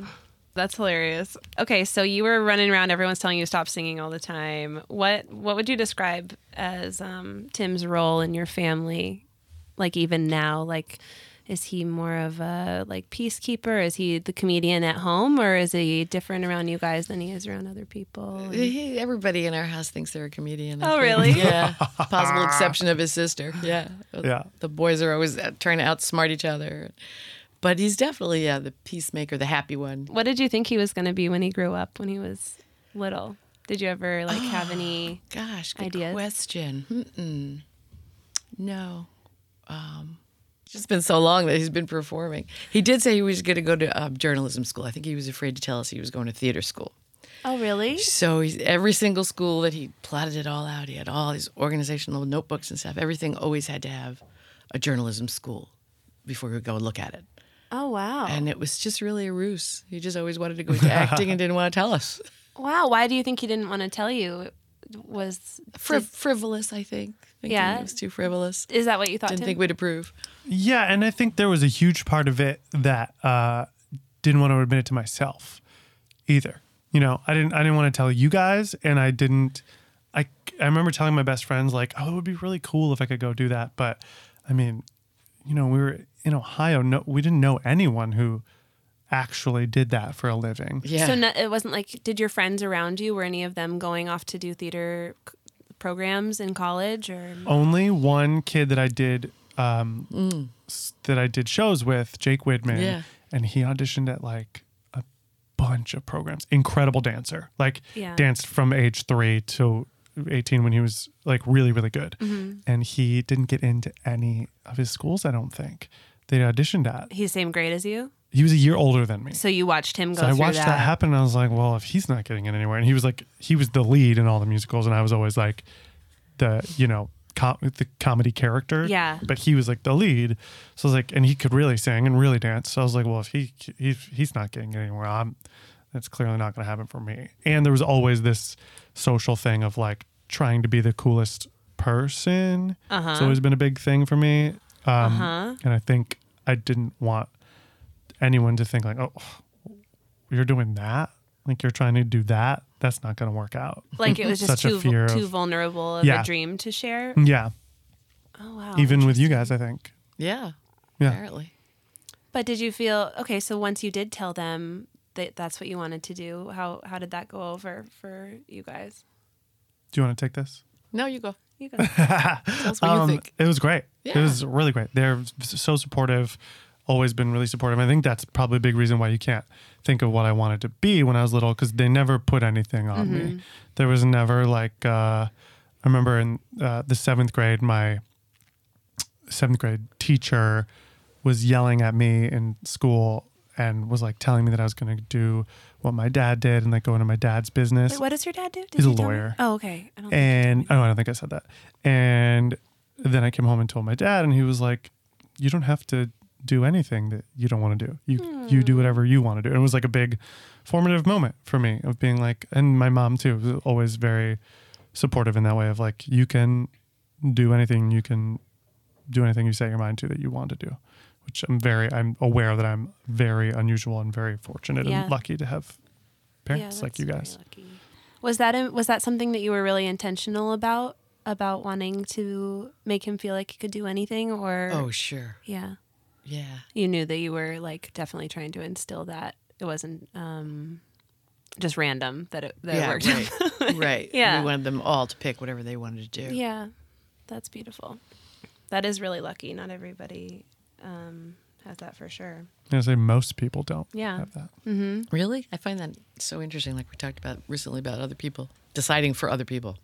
Speaker 1: That's hilarious. Okay, so you were running around, everyone's telling you to stop singing all the time. What what would you describe as um, Tim's role in your family? Like even now, like is he more of a like peacekeeper? Is he the comedian at home or is he different around you guys than he is around other people?
Speaker 5: He- Everybody in our house thinks they're a comedian. I
Speaker 1: Oh,
Speaker 5: think.
Speaker 1: really?
Speaker 5: Yeah. Possible exception of his sister. Yeah.
Speaker 3: Yeah.
Speaker 5: The boys are always uh, trying to outsmart each other. But he's definitely yeah, the peacemaker, the happy one.
Speaker 1: What did you think he was going to be when he grew up when he was little? Did you ever like have any
Speaker 5: Gosh, good
Speaker 1: Ideas?
Speaker 5: question. Mm-mm. No. Um, it's just been so long that he's been performing. He did say he was going to go to uh, journalism school. I think he was afraid to tell us he was going to theater school.
Speaker 1: [GASPS] Oh, really?
Speaker 5: So he's, every single school that he plotted it all out, he had all these organizational notebooks and stuff. Everything always had to have a journalism school before we would go look at it.
Speaker 2: Oh wow.
Speaker 5: And it was just really a ruse. He just always wanted to go [LAUGHS] into acting and didn't want to tell us.
Speaker 1: Wow. Why do you think he didn't want to tell you? It Was
Speaker 5: [LAUGHS] Friv- frivolous, I think. Thinking
Speaker 1: Yeah.
Speaker 5: It was too frivolous.
Speaker 1: is that what you thought?
Speaker 5: Didn't
Speaker 1: Tim?
Speaker 5: think we'd approve.
Speaker 3: Yeah, and I think there was a huge part of it that uh, didn't want to admit it to myself either. You know, I didn't I didn't want to tell you guys, and I didn't. I I remember telling my best friends like, "Oh, it would be really cool if I could go do that," but I mean, you know, we were in Ohio. No, we didn't know anyone who actually did that for a living.
Speaker 5: Yeah.
Speaker 1: So no, it wasn't like. Did your friends around you were any of them going off to do theater c- programs in college or?
Speaker 3: Only one kid that I did um, s- that I did shows with, Jake Widman,
Speaker 5: Yeah.
Speaker 3: and he auditioned at like a bunch of programs. Incredible dancer, like
Speaker 1: Yeah.
Speaker 3: danced from age three to eighteen when he was like really really good, and he didn't get into any of his schools. I don't think they auditioned at.
Speaker 1: He's same grade as you,
Speaker 3: He was a year older than me.
Speaker 1: so you watched him go
Speaker 3: So I
Speaker 1: through
Speaker 3: watched that. happen and I was like, well, if he's not getting in anywhere, and he was like, he was the lead in all the musicals, and I was always like, the you know, com- the comedy character.
Speaker 1: Yeah.
Speaker 3: But he was like the lead, so I was like, and he could really sing and really dance. So I was like, well, if he if he's not getting anywhere, I'm that's clearly not going to happen for me. And there was always this social thing of like trying to be the coolest person. Uh-huh. It's always been a big thing for me, um, uh-huh. and I think I didn't want anyone to think like, oh, you're doing that. Like you're trying to do that. That's not going to work out.
Speaker 1: Like it was just
Speaker 3: Such a
Speaker 1: too
Speaker 3: fear
Speaker 1: too
Speaker 3: of-
Speaker 1: vulnerable of
Speaker 3: Yeah.
Speaker 1: a dream to share.
Speaker 3: Yeah,
Speaker 1: Oh wow.
Speaker 3: even with you guys, I think.
Speaker 5: yeah.
Speaker 3: Yeah.
Speaker 5: Apparently.
Speaker 1: But did you feel okay? So once you did tell them that that's what you wanted to do, how how did that go over for you guys?
Speaker 3: Do you want to take this?
Speaker 5: No, you go.
Speaker 1: You
Speaker 3: [LAUGHS]
Speaker 1: guys.
Speaker 5: Tell us what you think.
Speaker 3: Um, It was great. It
Speaker 5: Yeah.
Speaker 3: was really great. They're so supportive, always been really supportive. I think that's probably a big reason why you can't think of what I wanted to be when I was little because they never put anything on
Speaker 5: Mm-hmm.
Speaker 3: me. There was never like, uh, I remember in uh, the seventh grade, my seventh grade teacher was yelling at me in school and was like telling me that I was going to do what my dad did and like go into my dad's business
Speaker 1: Wait, what does your dad do? Did
Speaker 3: He's a
Speaker 1: you tell me?
Speaker 3: lawyer.
Speaker 1: Oh, okay. I don't think-
Speaker 3: and oh, I don't think I said that. And then I came home and told my dad, and he was like, "You don't have to do anything that you don't want to do. You you
Speaker 1: Hmm.
Speaker 3: do whatever you want to do." And it was like a big formative moment for me of being like, and my mom too was always very supportive in that way of like, you can do anything, you can do anything you set your mind to that you want to do. Which I'm very, I'm aware that I'm very unusual and very fortunate
Speaker 1: Yeah.
Speaker 3: and lucky to have parents
Speaker 1: that's
Speaker 3: like you
Speaker 1: very
Speaker 3: guys.
Speaker 1: lucky. Was that a, was that something that you were really intentional about about wanting to make him feel like he could do anything or
Speaker 5: Oh, sure.
Speaker 1: yeah.
Speaker 5: Yeah.
Speaker 1: You knew that you were like definitely trying to instill that. It wasn't um just random that it that it worked. [LAUGHS]
Speaker 5: Right. right.
Speaker 1: Yeah.
Speaker 5: We wanted them all to pick whatever they wanted to do.
Speaker 1: Yeah, that's beautiful. That is really lucky. Not everybody um, has that for sure.
Speaker 3: And I say most people don't
Speaker 1: Yeah.
Speaker 3: have that.
Speaker 5: Really? I find that so interesting. Like we talked about recently about other people deciding for other people.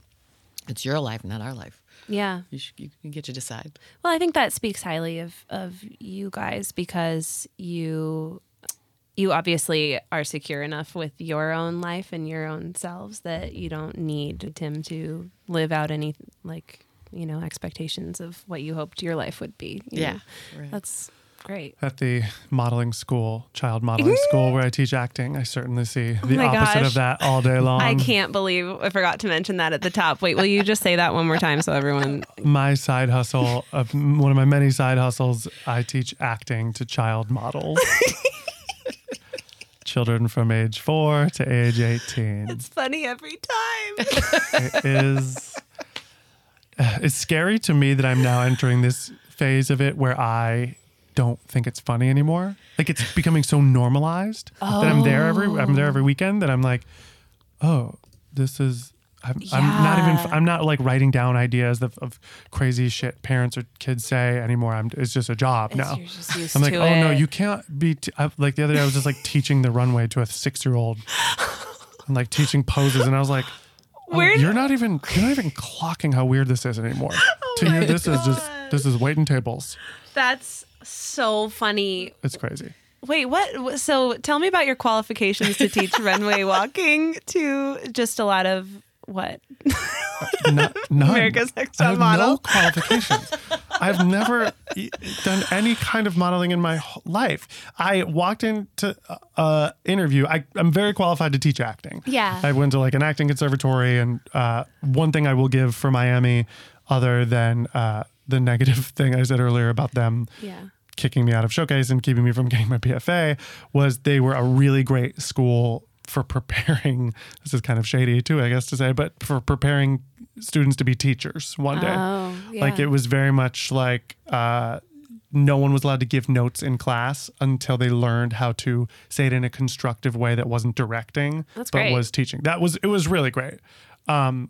Speaker 5: It's your life, not our life.
Speaker 1: Yeah.
Speaker 5: You, should, you, you get to decide.
Speaker 1: Well, I think that speaks highly of of you guys because you you obviously are secure enough with your own life and your own selves that you don't need Tim to live out any like you know expectations of what you hoped your life would be. you
Speaker 5: Yeah.
Speaker 1: know?
Speaker 5: Right.
Speaker 1: that's great.
Speaker 3: at the modeling school, child modeling school where I teach acting, I certainly see the
Speaker 1: Mm-hmm. Oh my
Speaker 3: opposite
Speaker 1: gosh.
Speaker 3: of that all day
Speaker 1: [LAUGHS]
Speaker 3: long.
Speaker 1: I can't believe I forgot to mention that at the top. Wait, will you just say that one more time so everyone
Speaker 3: My side hustle, of one of my many side hustles, I teach acting to
Speaker 1: [LAUGHS]
Speaker 3: child models. Children from age four to age 18.
Speaker 1: [LAUGHS] It's funny every time.
Speaker 3: it is it's scary to me that I'm now entering this phase of it where I don't think it's funny anymore. Like it's becoming so normalized that I'm there every I'm there every weekend that I'm like, oh, this is I'm, I'm not even I'm not like writing down ideas of, of crazy shit parents or kids say anymore. I'm it's just a job now.
Speaker 1: You're [LAUGHS] just used
Speaker 3: I'm like,
Speaker 1: to
Speaker 3: oh no,
Speaker 1: it.
Speaker 3: you can't be. T-. I, like the other day, I was just like teaching the runway to a six year old, and like teaching poses, and I was like, oh,
Speaker 1: Where-
Speaker 3: you're not even you're not even clocking how weird this is anymore. to hear this is just this is waiting tables.
Speaker 1: That's so funny.
Speaker 3: It's crazy.
Speaker 1: Wait, what? So tell me about your qualifications to [LAUGHS] teach runway walking to just a lot of what?
Speaker 3: Not, none.
Speaker 1: America's Next
Speaker 3: I
Speaker 1: Top
Speaker 3: have
Speaker 1: Model.
Speaker 3: No qualifications. I've never e- done any kind of modeling in my wh- life. I walked into an interview. I, I'm very qualified to teach acting.
Speaker 1: Yeah.
Speaker 3: I went to like an acting conservatory. And uh, one thing I will give for Miami, other than uh, the negative [LAUGHS] thing I said earlier about them
Speaker 1: Yeah.
Speaker 3: kicking me out of showcase and keeping me from [LAUGHS] getting my PFA was they were a really great school for preparing. [LAUGHS] This is kind of shady too, I guess to say, but for preparing students to be teachers one day.
Speaker 1: Oh,
Speaker 3: Like
Speaker 1: yeah.
Speaker 3: it was very much like uh, no one was allowed to give notes in class until they learned how to say it in a constructive way that wasn't directing,
Speaker 1: That's
Speaker 3: but
Speaker 1: great.
Speaker 3: was teaching. That was it was really great.
Speaker 1: That'll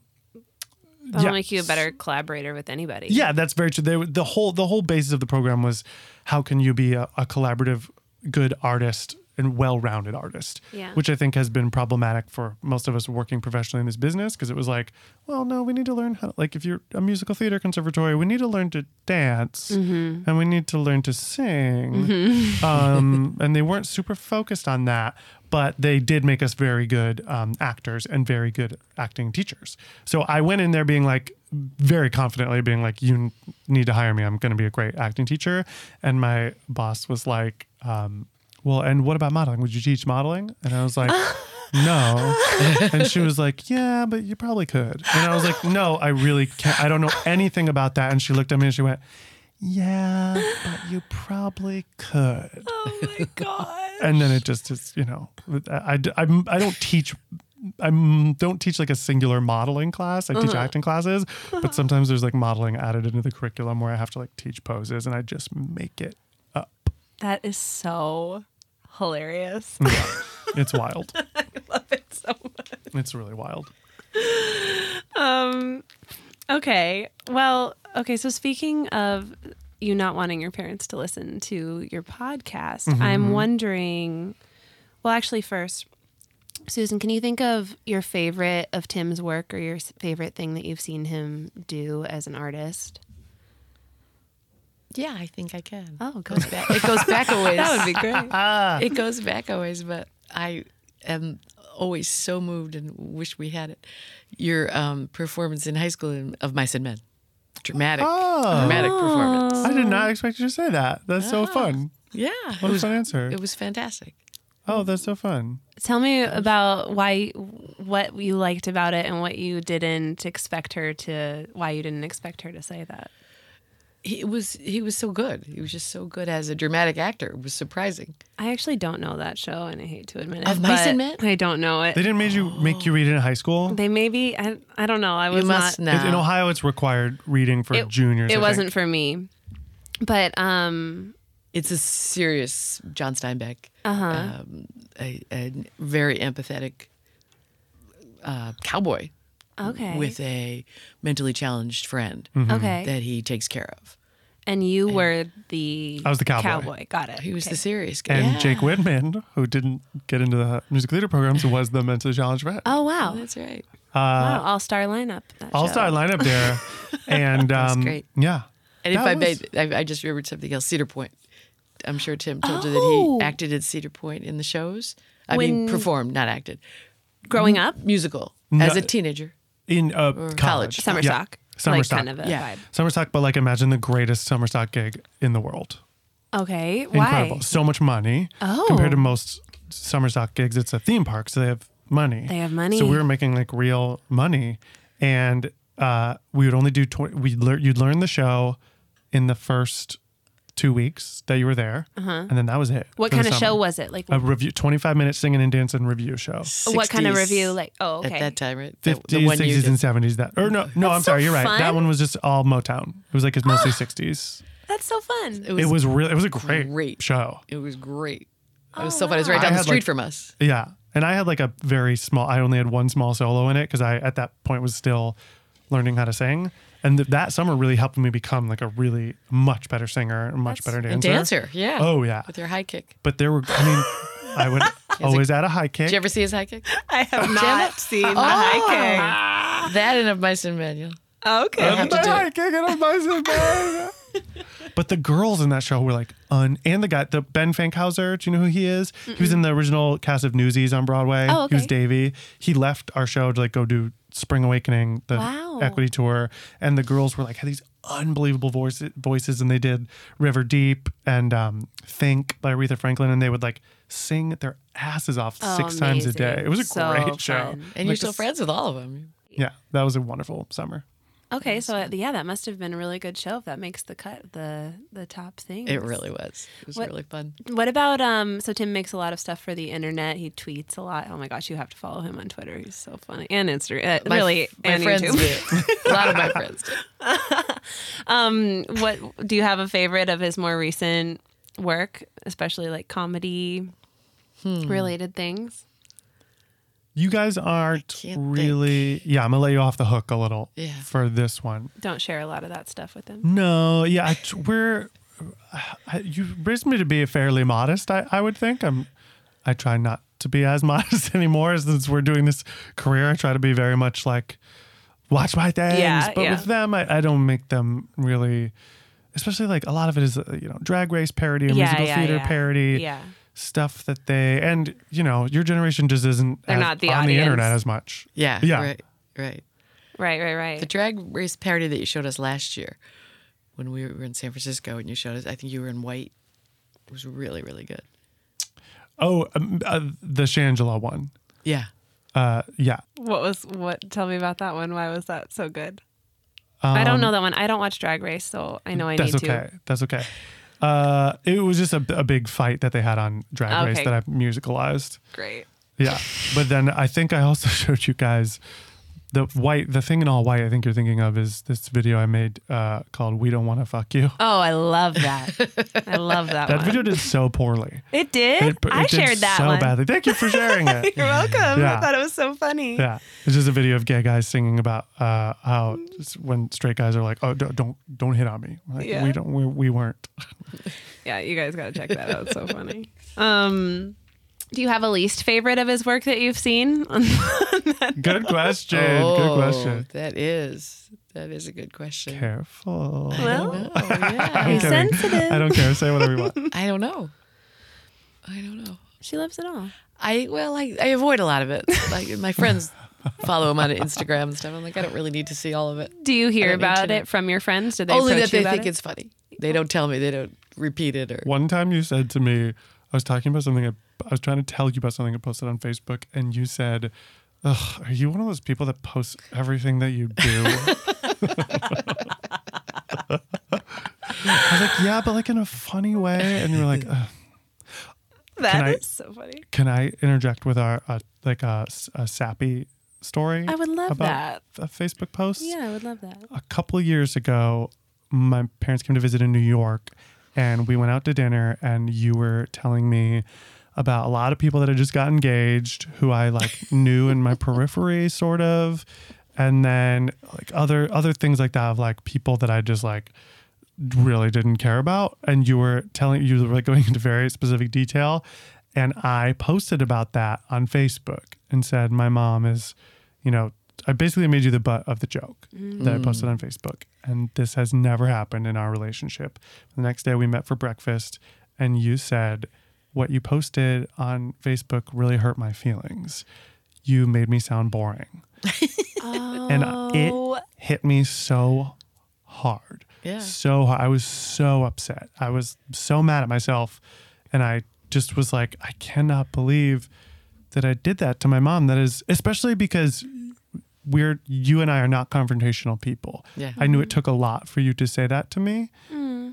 Speaker 3: Yeah.
Speaker 1: make you a better collaborator with anybody.
Speaker 3: Yeah, that's very true. They, were- the whole the whole basis of the program was how can you be a, a collaborative, good artist and well-rounded artist.
Speaker 1: Yeah.
Speaker 3: Which I think has been problematic for most of us working professionally in this business because it was like, well, no, we need to learn how. Like, if you're a musical theater conservatory, we need to learn to dance and we need to learn to sing. Um, and they weren't super focused on that. But they did make us very good um, actors and very good acting teachers. So I went in there being like, very confidently being like, you n- need to hire me. I'm going to be a great acting teacher. And my boss was like, um, well, and what about modeling? Would you teach modeling? And I was like, no. And she was like, yeah, but you probably could. And I was like, no, I really can't. I don't know anything about that. And she looked at me and she went, yeah, but you probably could.
Speaker 1: Oh my god.
Speaker 3: And then it just is, you know, I, I, I'm- I don't teach. I don't teach like a singular modeling class. I teach acting classes, but sometimes there's like modeling added into the curriculum where I have to like teach poses and I just make it.
Speaker 1: that is so hilarious. [LAUGHS]
Speaker 3: It's wild.
Speaker 1: Love it so much.
Speaker 3: it's really wild.
Speaker 1: Um okay. Well, okay, so speaking of you not wanting your parents to listen to your podcast, I'm wondering well, actually first Susan, can you think of your favorite of Tim's work or your s- favorite thing that you've seen him do as an artist?
Speaker 5: Yeah, I think I can.
Speaker 1: Oh,
Speaker 5: It goes back, it goes back a
Speaker 1: [LAUGHS]
Speaker 5: ways.
Speaker 1: That would be great.
Speaker 5: it goes back a ways, but I am always so moved and wish we had it. Your um, performance in high school in, of Mice and Men, dramatic,
Speaker 3: Oh.
Speaker 5: dramatic performance.
Speaker 3: I did not expect you to say that. That's so fun.
Speaker 5: Yeah,
Speaker 3: What a fun answer.
Speaker 5: it was fantastic.
Speaker 3: oh, that's so fun.
Speaker 1: Tell me about why, what you liked about it, and what you didn't expect her to. Why you didn't expect her to say that?
Speaker 5: He was he was so good. He was just so good as a dramatic actor. It was surprising.
Speaker 1: I actually don't know that show, and I hate to admit it.
Speaker 5: Of Mice
Speaker 1: but
Speaker 5: and Men?
Speaker 1: I don't know
Speaker 3: They
Speaker 1: it.
Speaker 3: didn't make you make you read it in high school.
Speaker 1: They maybe I, I don't know. I was
Speaker 5: you must
Speaker 1: not.
Speaker 5: know.
Speaker 3: It- in Ohio, it's required reading for
Speaker 1: It,
Speaker 3: juniors.
Speaker 1: It
Speaker 3: I
Speaker 1: wasn't
Speaker 3: think.
Speaker 1: for me, but um,
Speaker 5: It's a serious John Steinbeck,
Speaker 1: Uh-huh.
Speaker 5: um, a, a very empathetic uh, cowboy
Speaker 1: okay,
Speaker 5: with a mentally challenged friend
Speaker 3: Mm-hmm.
Speaker 1: okay,
Speaker 5: that he takes care of.
Speaker 1: and you were the.
Speaker 3: I was the cowboy.
Speaker 1: Got it.
Speaker 5: He was
Speaker 1: Okay.
Speaker 5: the serious guy.
Speaker 3: And
Speaker 5: Yeah.
Speaker 3: Jake Whitman, who didn't get into the music theater programs, was the mentally challenged vet.
Speaker 1: Oh wow!
Speaker 3: Uh,
Speaker 5: That's right.
Speaker 1: wow, all star lineup. that
Speaker 3: All star
Speaker 1: show.
Speaker 3: lineup there, and um,
Speaker 5: great.
Speaker 3: yeah.
Speaker 5: And if
Speaker 3: That
Speaker 5: I
Speaker 3: was-
Speaker 5: made, I, I just remembered something else. Cedar Point. I'm sure Tim told
Speaker 1: Oh.
Speaker 5: you that he acted at Cedar Point in the shows. I mean,
Speaker 1: When-
Speaker 5: performed, not acted.
Speaker 1: Growing up,
Speaker 5: Musical
Speaker 3: No.
Speaker 5: as a teenager.
Speaker 3: in uh, college,
Speaker 5: Mm, college.
Speaker 1: Mm. summer
Speaker 3: Yeah.
Speaker 1: stock,
Speaker 3: Summer
Speaker 1: like
Speaker 3: stock.
Speaker 1: kind of a
Speaker 5: Yeah.
Speaker 3: Summer stock, but like imagine the greatest summer stock gig in the world.
Speaker 1: vibe. Okay,
Speaker 3: Incredible,
Speaker 1: why?
Speaker 3: so much money
Speaker 1: Oh.
Speaker 3: compared to most summer stock gigs. It's a theme park, so they have money.
Speaker 1: They have money.
Speaker 3: So we were making like real money, and uh, we would only do twenty. We lear- you'd learn the show in the first two weeks that you were there, and then that was it.
Speaker 1: Uh-huh. What
Speaker 3: for the
Speaker 1: kind of
Speaker 3: summer.
Speaker 1: show was it? Like
Speaker 3: A review, twenty-five minute singing and dancing review show.
Speaker 1: what kind of
Speaker 5: 60s
Speaker 1: review? Like oh okay.
Speaker 5: At that time, right? The- the
Speaker 3: Fifties,
Speaker 5: one you
Speaker 3: sixties, and
Speaker 5: did.
Speaker 3: seventies. That or no, no. I'm sorry,
Speaker 1: so
Speaker 3: you're right. That
Speaker 1: fun.
Speaker 3: one was just all Motown. It was like it's [GASPS] mostly sixties.
Speaker 1: That's so fun.
Speaker 5: It was,
Speaker 3: It was real. It was a great,
Speaker 5: great.
Speaker 3: show.
Speaker 5: It was great. It
Speaker 1: Oh,
Speaker 5: was so fun. It was right
Speaker 3: I
Speaker 5: down the
Speaker 3: had,
Speaker 5: street
Speaker 3: like-
Speaker 5: from us.
Speaker 3: Yeah. And I had like a very small, I only had one small solo in it because I, at that point, was still learning how to sing. And th- that summer really helped me become like a really much better singer and much better dancer.
Speaker 5: dancer, yeah.
Speaker 3: Oh, yeah.
Speaker 5: With your high kick.
Speaker 3: But there were, I mean, I
Speaker 5: [LAUGHS]
Speaker 3: would always add a high kick.
Speaker 5: Did you ever see his high kick?
Speaker 1: I have not seen the
Speaker 3: Oh.
Speaker 1: hiking.
Speaker 5: [LAUGHS] That and of mice and men. you'll-
Speaker 1: Okay.
Speaker 5: have to
Speaker 3: My
Speaker 5: do
Speaker 3: high kick and a bicep band. But the girls in that show were like, un- and the guy, the Ben Fankhauser. Do you know who he is? He was in the original cast of Newsies on Broadway.
Speaker 1: Oh,
Speaker 3: He was
Speaker 1: okay.
Speaker 3: Davy. He left our show to like go do Spring Awakening, the
Speaker 1: Wow.
Speaker 3: Equity tour, and the girls were like had these unbelievable voice, voices, and they did River Deep and um, Think by Aretha Franklin, and they would like sing their asses off
Speaker 1: Oh,
Speaker 3: six times a day.
Speaker 1: amazing.
Speaker 3: It was a
Speaker 1: So
Speaker 3: great show.
Speaker 1: fun.
Speaker 5: And you're
Speaker 3: Like
Speaker 5: still
Speaker 3: this-
Speaker 5: friends with all of them.
Speaker 3: Yeah, that was a wonderful summer.
Speaker 1: Okay, so uh, yeah, that must have been a really good show. If that makes the cut, the the top thing.
Speaker 5: It really was. It was
Speaker 1: What-
Speaker 5: really fun.
Speaker 1: What about um? So Tim makes a lot of stuff for the internet. He tweets a lot. Oh my gosh, you have to follow him on Twitter. He's so funny and Instagram. Uh,
Speaker 5: My-
Speaker 1: really,
Speaker 5: my
Speaker 1: and
Speaker 5: friends
Speaker 1: YouTube.
Speaker 5: did. A lot of my friends did.
Speaker 1: Um, [LAUGHS] what do you have a favorite of his more recent work, especially like comedy
Speaker 5: Hmm.
Speaker 1: related things?
Speaker 3: You guys aren't
Speaker 5: can't
Speaker 3: really. Yeah, I'm gonna let you off the hook a little
Speaker 5: Yeah.
Speaker 3: for this one.
Speaker 1: Don't share a lot of that stuff with him.
Speaker 3: No, yeah, I, we're uh, I, you raised me to be fairly modest. I, I would think I'm. I try not to be as [LAUGHS] modest anymore since we're doing this career. I try to be very much like watch my things,
Speaker 1: Yeah,
Speaker 3: but
Speaker 1: yeah.
Speaker 3: with them, I, I don't make them really. Especially like a lot of it is uh, you know drag race parody and
Speaker 1: Yeah,
Speaker 3: musical
Speaker 1: yeah,
Speaker 3: theater
Speaker 1: yeah.
Speaker 3: parody.
Speaker 1: Yeah.
Speaker 3: Stuff that they and you know your generation just isn't
Speaker 1: They're
Speaker 3: as-
Speaker 1: not the
Speaker 3: on the
Speaker 1: audience.
Speaker 3: internet as much.
Speaker 5: Yeah.
Speaker 3: [LAUGHS] Yeah.
Speaker 5: Right. Right.
Speaker 1: Right, right, right.
Speaker 5: The drag race parody that you showed us last year when we were in San Francisco and you showed us, I think you were in white. It was really, really good.
Speaker 3: Oh, um, uh, the Shangela one.
Speaker 5: Yeah.
Speaker 3: Uh, yeah,
Speaker 1: What was what? Tell me about that one. Why was that so good? I don't know that one. I don't watch Drag Race, so I know I
Speaker 3: Um, That's
Speaker 1: need
Speaker 3: okay. That's okay. Uh, it was just a, a big fight that they had on Drag Race
Speaker 1: Okay.
Speaker 3: that I musicalized.
Speaker 1: to. Great. [LAUGHS]
Speaker 3: Yeah, but then I think I also [LAUGHS] showed you guys the white, the thing in all white. I think you're thinking of is this video I made uh, called "We Don't Want to Fuck You."
Speaker 1: Oh, I love that. I love that,
Speaker 3: That
Speaker 1: one.
Speaker 3: video did so poorly.
Speaker 1: it did.
Speaker 3: It, it
Speaker 1: I
Speaker 3: did
Speaker 1: shared that
Speaker 3: so
Speaker 1: one.
Speaker 3: badly. Thank you for sharing
Speaker 1: [LAUGHS]
Speaker 3: it.
Speaker 1: You're welcome.
Speaker 3: Yeah.
Speaker 1: I thought it was so funny.
Speaker 3: Yeah, it's just a video of gay guys singing about uh, how s- when straight guys are like, "Oh, don't don't, don't hit on me." I'm Like,
Speaker 1: Yeah.
Speaker 3: We don't. We, we weren't.
Speaker 1: Yeah, you guys gotta check that out. It's so funny. [LAUGHS] Um, do you have a least favorite of his work that you've seen? [LAUGHS]
Speaker 3: Good question.
Speaker 1: Oh.
Speaker 3: Good question.
Speaker 5: Oh, That is. That is a good question.
Speaker 3: Careful.
Speaker 1: well,
Speaker 5: Oh,
Speaker 1: [LAUGHS]
Speaker 5: yeah.
Speaker 1: he's
Speaker 3: kidding.
Speaker 1: sensitive.
Speaker 3: I don't care. Say whatever you
Speaker 1: [LAUGHS]
Speaker 3: want.
Speaker 5: I don't know. I don't know.
Speaker 1: she loves it all.
Speaker 5: I well, I, I avoid a lot of it. Like
Speaker 3: [LAUGHS]
Speaker 5: my friends follow him on Instagram and stuff. I'm like, I don't really need to see all of it.
Speaker 1: Do you hear
Speaker 5: I don't need
Speaker 1: about
Speaker 5: to know.
Speaker 1: it from your friends? Did they
Speaker 5: Only
Speaker 1: approach
Speaker 5: that
Speaker 1: you
Speaker 5: they
Speaker 1: about
Speaker 5: think
Speaker 1: it?
Speaker 5: it's funny. They don't tell me. They don't repeat it or
Speaker 3: One time you said to me, I was talking about something. I, I was trying to tell you about something I posted on Facebook, and you said, Ugh, "Are you one of those people that posts everything that
Speaker 1: [LAUGHS]
Speaker 3: you do?" I was like, "Yeah, but like in a funny way," and you were like. Ugh. Can
Speaker 1: That
Speaker 3: I-
Speaker 1: is so funny.
Speaker 3: Can I interject with our uh, like a, s- a sappy story?
Speaker 1: I would love
Speaker 3: about A Facebook post.
Speaker 1: Yeah, I would love that.
Speaker 3: A couple of years ago, my parents came to visit in New York, and we went out to dinner. And you were telling me about a lot of people that had just got engaged, who I like [LAUGHS] knew in my periphery, sort of, and then like other other things like that of like people that I just like really didn't care about and you were telling you were like going into very specific detail and i posted about that on facebook and said my mom is you know i basically made you the butt of the joke that i posted on facebook and this has never happened in our relationship the next day we met for breakfast and you said what you posted on facebook really hurt my feelings you made me sound boring and it hit me so hard.
Speaker 5: Yeah.
Speaker 3: So hard. I was so upset. I was so mad at myself. And I just was like, I cannot believe that I did that to my mom. That is, especially because we're, you and I are not confrontational people.
Speaker 5: Yeah.
Speaker 3: I knew it took a lot for you to say that to me.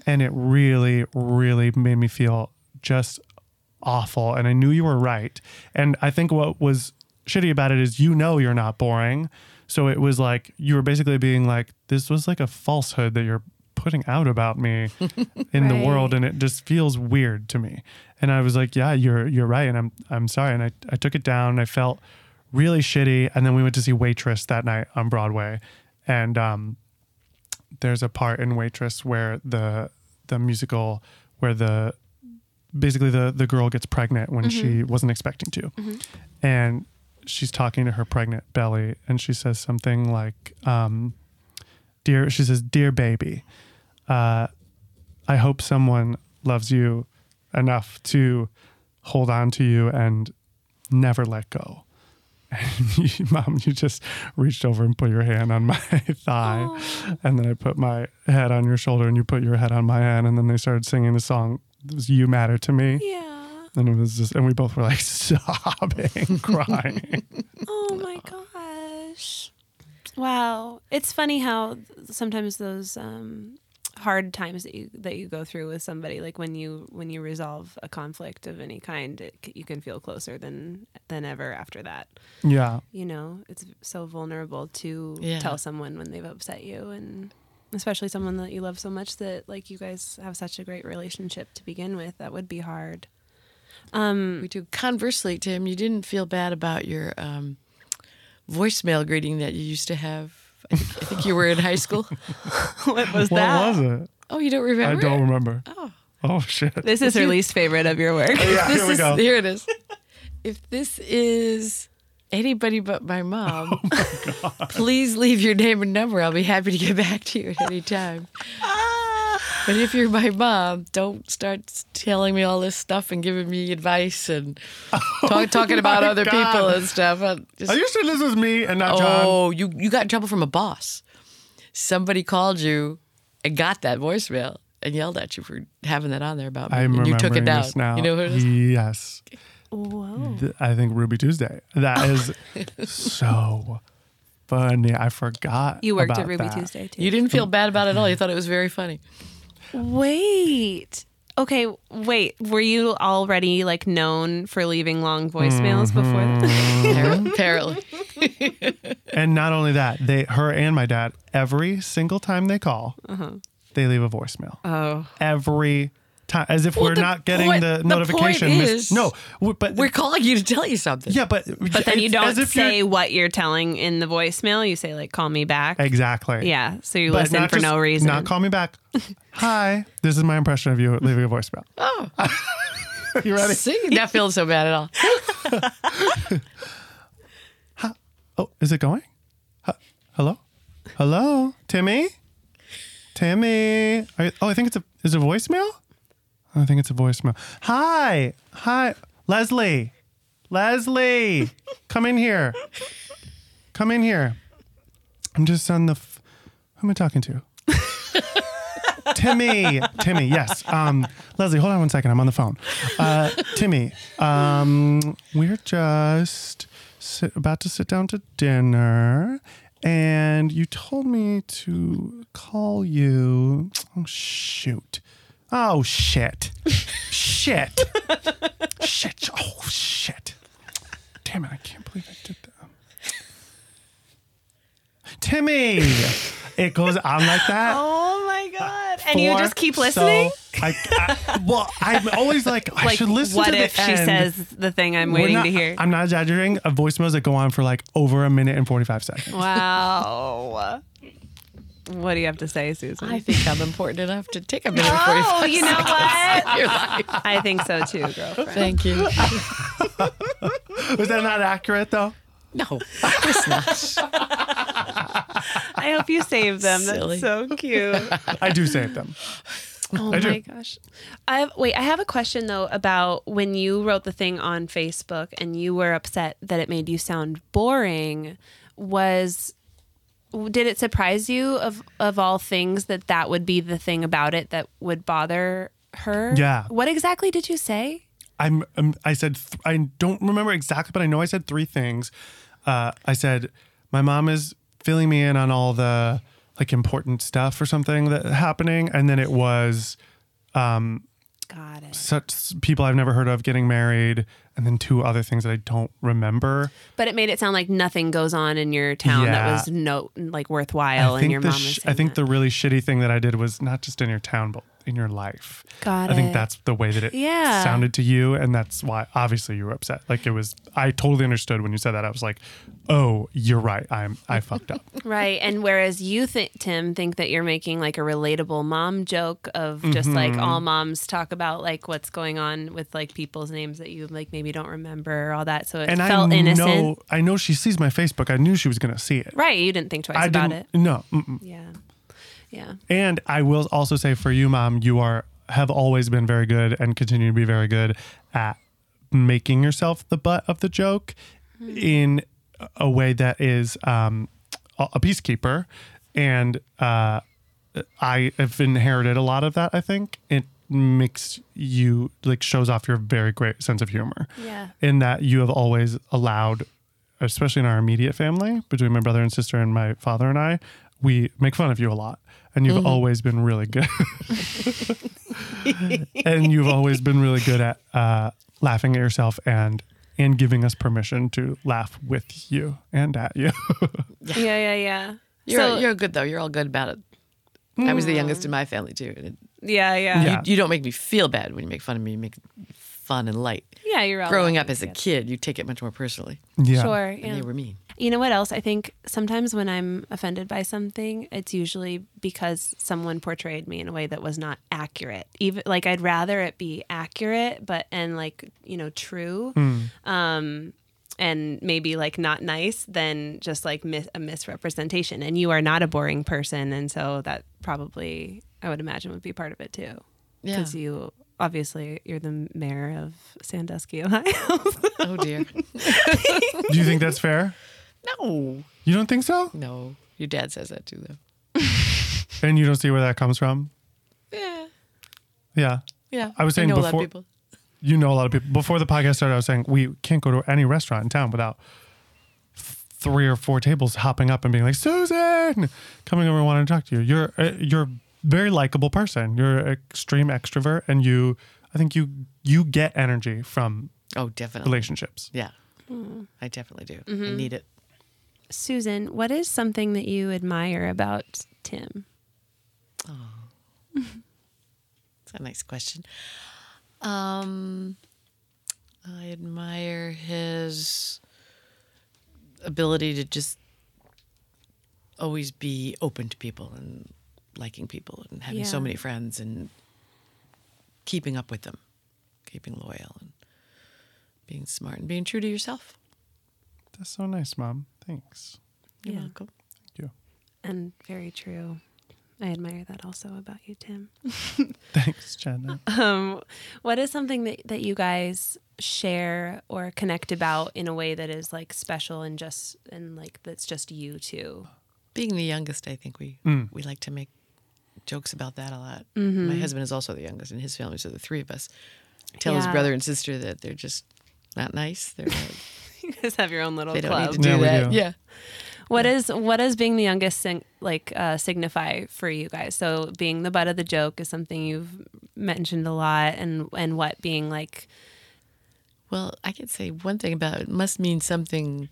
Speaker 3: And it really, really made me feel just awful. And I knew you were right. And I think what was shitty about it is you know you're not boring. So it was like you were basically being like, this was like a falsehood that you're putting out about me in the
Speaker 1: Right.
Speaker 3: world and it just feels weird to me. And I was like, yeah, you're you're right and I'm I'm sorry and I I took it down. I felt really shitty and then we went to see Waitress that night on Broadway and um there's a part in Waitress where the the musical where the basically the the girl gets pregnant when she wasn't expecting to, and she's talking to her pregnant belly, and she says something like, um, "Dear," she says, "Dear baby, uh, I hope someone loves you enough to hold on to you and never let go." [LAUGHS] You- Mom, you just reached over and put your hand on my [LAUGHS] thigh. And then I put my head on your shoulder and you put your head on my head. And then they started singing the song, it was You Matter to Me.
Speaker 1: Yeah.
Speaker 3: And it was just, and we both were like [LAUGHS] sobbing, crying.
Speaker 1: Oh my gosh. Wow. It's funny how th- sometimes those um, hard times that you that you go through with somebody, like when you when you resolve a conflict of any kind, it, c- you can feel closer than than ever after that.
Speaker 3: yeah.
Speaker 1: You know, it's so vulnerable to
Speaker 5: Yeah.
Speaker 1: tell someone when they've upset you and especially someone that you love so much that like you guys have such a great relationship to begin with that would be hard
Speaker 5: We do. Conversely, Tim, you didn't feel bad about your um, voicemail greeting that you used to have. I think, I think you were in
Speaker 3: [LAUGHS]
Speaker 5: high school.
Speaker 1: [LAUGHS] what was
Speaker 3: What
Speaker 1: that
Speaker 3: was it?
Speaker 5: Oh, you don't remember?
Speaker 3: I don't
Speaker 5: it?
Speaker 3: remember. Oh, shit.
Speaker 1: this is her least favorite of your work
Speaker 3: yeah,
Speaker 5: This
Speaker 3: here we
Speaker 5: is-
Speaker 3: go.
Speaker 5: Here it is. If this is anybody but my mom,
Speaker 3: Oh
Speaker 5: please leave your name and number. I'll be happy to get back to you at any time. But if you're my mom, don't start telling me all this stuff and giving me advice
Speaker 3: [LAUGHS]
Speaker 5: and talk, talking about
Speaker 3: Oh my
Speaker 5: other
Speaker 3: God.
Speaker 5: people and stuff. I just-
Speaker 3: Are you sure this was me and not John?
Speaker 5: oh, you, you got in trouble from a boss. Somebody called you and got that voicemail and yelled at you for having that on there about me.
Speaker 3: I'm
Speaker 5: and you took it
Speaker 3: remembering
Speaker 5: down.
Speaker 3: this now.
Speaker 5: You know what it is?
Speaker 3: Yes.
Speaker 1: whoa
Speaker 3: Th- I think Ruby Tuesday.
Speaker 5: Oh.
Speaker 3: That is
Speaker 5: [LAUGHS]
Speaker 3: so funny. I forgot.
Speaker 1: you worked
Speaker 3: about
Speaker 1: at ruby
Speaker 3: that.
Speaker 1: tuesday too
Speaker 5: You didn't feel bad about it at all. You thought it was very funny.
Speaker 1: Wait. Okay, wait. Were you already like known for leaving long voicemails
Speaker 3: Mm-hmm.
Speaker 1: before? That?
Speaker 5: Mm-hmm. [LAUGHS] Apparently.
Speaker 3: And not only that, they, her and my dad, every single time they call, they leave a voicemail.
Speaker 1: oh.
Speaker 3: every time, as if we're
Speaker 5: the
Speaker 3: not getting
Speaker 5: point-
Speaker 3: the
Speaker 5: the
Speaker 3: notification.
Speaker 5: point
Speaker 3: miss-
Speaker 5: is,
Speaker 3: no, w- but
Speaker 5: We're calling you to tell you something.
Speaker 3: yeah, but
Speaker 1: But then you don't
Speaker 3: as if
Speaker 1: say
Speaker 3: you-
Speaker 1: what you're telling in the voicemail. You say like call me back.
Speaker 3: exactly.
Speaker 1: Yeah, so you
Speaker 3: But
Speaker 1: listen
Speaker 3: not
Speaker 1: for
Speaker 3: just-
Speaker 1: no reason.
Speaker 3: Not call
Speaker 1: [LAUGHS]
Speaker 3: me back. Hi, this is my impression of you leaving a voicemail. Oh, you ready?
Speaker 5: See, that feels so bad at all.
Speaker 3: Oh, is it going? Huh? Hello? Hello? Timmy? Timmy? Are you, oh, I think it's a is it a voicemail? I think it's a voicemail. Hi. Hi. Leslie. Leslie. Come in here. Come in here. I'm just on the f- who am I talking to? Timmy. Timmy, yes. Um, Leslie, hold on one second. I'm on the phone. Uh, Timmy, um, we're just sit, about to sit down to dinner, and you told me to call you. Oh, shoot. Oh, shit. shit. [LAUGHS] shit. Oh, shit. Damn it. I can't believe I did that. Timmy. It goes on like that
Speaker 1: Oh my god! [LAUGHS] And you
Speaker 3: for
Speaker 1: just keep listening.
Speaker 3: Uh, So I, I, well, I'm always like, I
Speaker 1: like
Speaker 3: should listen
Speaker 1: what
Speaker 3: to the
Speaker 1: if she
Speaker 3: end.
Speaker 1: says the thing I'm
Speaker 3: We're
Speaker 1: waiting
Speaker 3: not-
Speaker 1: to hear?
Speaker 3: I'm [LAUGHS] not exaggerating. Of voicemails that go on for like over a minute and
Speaker 1: [LAUGHS]
Speaker 3: 45 seconds.
Speaker 1: wow. What do you have to say, Susan?
Speaker 5: I think I'm important enough to take a minute for you.
Speaker 1: [LAUGHS] oh, you know
Speaker 5: [LAUGHS]
Speaker 1: what?
Speaker 5: You're like,
Speaker 1: I think so too, girlfriend.
Speaker 5: Thank you.
Speaker 3: Was that not accurate though?
Speaker 5: No, it's [LAUGHS] not.
Speaker 1: I hope you save them.
Speaker 5: Silly.
Speaker 1: That's so
Speaker 3: [LAUGHS]
Speaker 1: cute.
Speaker 3: I do save them.
Speaker 1: Oh
Speaker 3: I do.
Speaker 1: my gosh. I have, wait, I have a question though about when you wrote the thing on Facebook and you were upset that it made you sound boring was did it surprise you of of all things that that would be the thing about it that would bother her?
Speaker 3: Yeah.
Speaker 1: What exactly did you say?
Speaker 3: I'm, um, I said, th- I don't remember exactly, but I know I said three things. Uh, I said, my mom is filling me in on all the like important stuff or something that happening. And then it was
Speaker 1: Got it.
Speaker 3: such people I've never heard of getting married. And then two other things that I don't remember.
Speaker 1: But it made it sound like nothing goes on in your town that
Speaker 3: Yeah.
Speaker 1: was no like worthwhile and your
Speaker 3: the
Speaker 1: mom
Speaker 3: sh-
Speaker 1: was
Speaker 3: I
Speaker 1: saying
Speaker 3: think
Speaker 1: that.
Speaker 3: the really shitty thing that I did was not just in your town, but in your life.
Speaker 1: Got
Speaker 3: I
Speaker 1: it.
Speaker 3: think that's the way that it
Speaker 1: Yeah.
Speaker 3: sounded to you, and that's why obviously you were upset. Like it was, I totally understood when you said that. I was like, "Oh, you're right. I'm I fucked
Speaker 1: [LAUGHS]
Speaker 3: up."
Speaker 1: Right. And whereas you, th- Tim, think that you're making like a relatable mom joke of just
Speaker 3: Mm-hmm.
Speaker 1: like all moms talk about like what's going on with like people's names that you like maybe don't remember or all that. So it
Speaker 3: And
Speaker 1: felt
Speaker 3: I
Speaker 1: innocent.
Speaker 3: know, I know she sees my Facebook. I knew she was gonna see it.
Speaker 1: Right. You didn't think twice
Speaker 3: I
Speaker 1: about
Speaker 3: didn't.
Speaker 1: it.
Speaker 3: No. Mm-mm.
Speaker 1: Yeah. Yeah.
Speaker 3: And I will also say for you, mom, you are have always been very good and continue to be very good at making yourself the butt of the joke in a way that is um, a a peacekeeper, and uh, I have inherited a lot of that. I think it makes you like shows off your very great sense of humor.
Speaker 1: Yeah.
Speaker 3: In that you have always allowed, especially in our immediate family, between my brother and sister and my father and I, we make fun of you a lot, and you've always been really good. and you've always been really good at uh, laughing at yourself and and giving us permission to laugh with you and at you. [LAUGHS]
Speaker 1: Yeah, yeah, yeah.
Speaker 5: You're,
Speaker 1: so,
Speaker 5: you're good though. You're all good about it. I was the youngest in my family too. and it-
Speaker 1: yeah, yeah,
Speaker 3: Yeah.
Speaker 1: yeah.
Speaker 5: you, you don't make me feel bad when you make fun of me. You make it fun and light.
Speaker 1: you're all
Speaker 5: Growing up as a kid, you take it much more personally.
Speaker 3: yeah.
Speaker 1: Sure.
Speaker 5: And
Speaker 1: Yeah.
Speaker 5: they were [LAUGHS] mean.
Speaker 1: You know what else? I think sometimes when I'm offended by something, it's usually because someone portrayed me in a way that was not accurate. Even like I'd rather it be accurate, but and like you know true, um, and maybe like not nice than just like mis- a misrepresentation. And you are not a boring person, and so that probably I would imagine would be part of it too,
Speaker 5: Yeah.
Speaker 1: because you obviously you're the mayor of Sandusky, [LAUGHS] Ohio.
Speaker 5: Oh dear.
Speaker 3: Do you think that's fair?
Speaker 5: [LAUGHS] no.
Speaker 3: You don't think so?
Speaker 5: No. Your dad says that too though.
Speaker 3: And you don't see where that comes from?
Speaker 5: Yeah.
Speaker 3: Yeah.
Speaker 5: Yeah.
Speaker 3: I was saying
Speaker 5: know a lot of
Speaker 3: before-
Speaker 5: people.
Speaker 3: You know a lot of people. Before the podcast started, I was saying we can't go to any restaurant in town without f- three or four tables hopping up and being like, Susan, coming over, wanting to talk to you. You're uh, you're a very likable person. You're an extreme extrovert, and you, I think you you get energy from
Speaker 5: Oh, definitely.
Speaker 3: relationships.
Speaker 5: Yeah. I definitely do. I need it.
Speaker 1: Susan, what is something that you admire about Tim?
Speaker 5: It's a nice question. Um, I admire his ability to just always be open to people and liking people and having so
Speaker 1: Yeah.
Speaker 5: many friends and keeping up with them, keeping loyal and being smart and being true to yourself.
Speaker 3: That's so nice, mom. Thanks.
Speaker 5: You're
Speaker 1: Yeah.
Speaker 5: welcome.
Speaker 3: Thank you. [LAUGHS]
Speaker 1: And very true. I admire that also about you, Tim. [LAUGHS]
Speaker 3: Thanks, Jenna.
Speaker 1: Um, what is something that, that you guys share or connect about in a way that is like special and just and like that's just you two? [LAUGHS]
Speaker 5: Being the youngest, I think we
Speaker 3: Mm.
Speaker 5: we like to make jokes about that a lot. My husband is also the youngest in his family, so the three of us tell his
Speaker 1: Yeah.
Speaker 5: brother and sister that they're just not nice. They're [LAUGHS] not,
Speaker 1: You guys have your own little
Speaker 5: they don't
Speaker 1: club.
Speaker 5: need to do
Speaker 3: Yeah, we
Speaker 5: that.
Speaker 3: do.
Speaker 5: Yeah,
Speaker 1: What is what does being the youngest sing, like uh, signify for you guys? So being the butt of the joke is something you've mentioned a lot, and and what being like
Speaker 5: Well, I could say one thing about it. It must mean something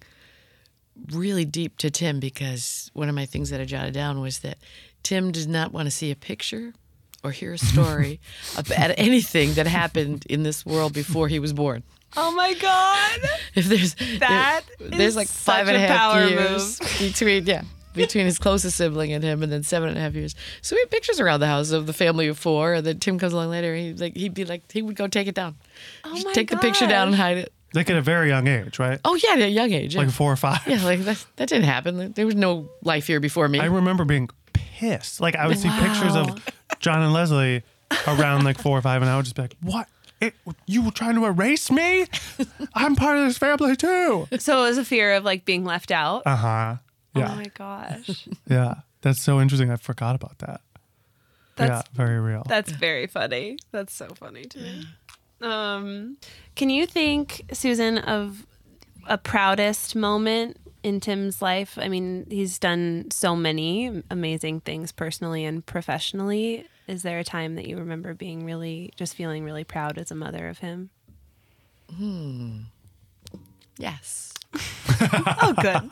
Speaker 5: really deep to Tim because one of my things that I jotted down was that Tim did not want to see a picture or hear
Speaker 3: [LAUGHS]
Speaker 5: a story about anything that happened in this world before he was born.
Speaker 1: oh my god. [LAUGHS]
Speaker 5: If there's
Speaker 1: That
Speaker 5: there-
Speaker 1: is
Speaker 5: there's like
Speaker 1: such
Speaker 5: five and a
Speaker 1: a
Speaker 5: half
Speaker 1: power
Speaker 5: years [LAUGHS] between yeah between his closest sibling and him, and then seven and a half years. So we have pictures around the house of the family of four, and then Tim comes along later, and he like he'd be like he would go take it down, oh
Speaker 1: my
Speaker 5: take the picture down and hide it.
Speaker 3: like at a very young age, right?
Speaker 5: Oh yeah, at a young age, yeah.
Speaker 3: Like four or five.
Speaker 5: yeah, like that that didn't happen. There was no life here before me.
Speaker 3: I remember being pissed. Like I would see
Speaker 1: [LAUGHS]
Speaker 3: pictures of John and Leslie around like four or five, and I would just be like, "What? It, you were trying to erase me? I'm part of this family too."
Speaker 1: So it was a fear of like being left out.
Speaker 3: Uh huh.
Speaker 1: Oh
Speaker 3: Yeah,
Speaker 1: my [LAUGHS] gosh.
Speaker 3: yeah. That's so interesting. I forgot about that.
Speaker 1: That's
Speaker 3: yeah, very real.
Speaker 1: that's very funny. That's so funny to me. Um can you think, Susan, of a proudest moment in Tim's life? I mean, he's done so many amazing things personally and professionally. Is there a time that you remember being really just feeling really proud as a mother of him?
Speaker 5: yes,
Speaker 1: Oh
Speaker 3: [LAUGHS]
Speaker 1: good.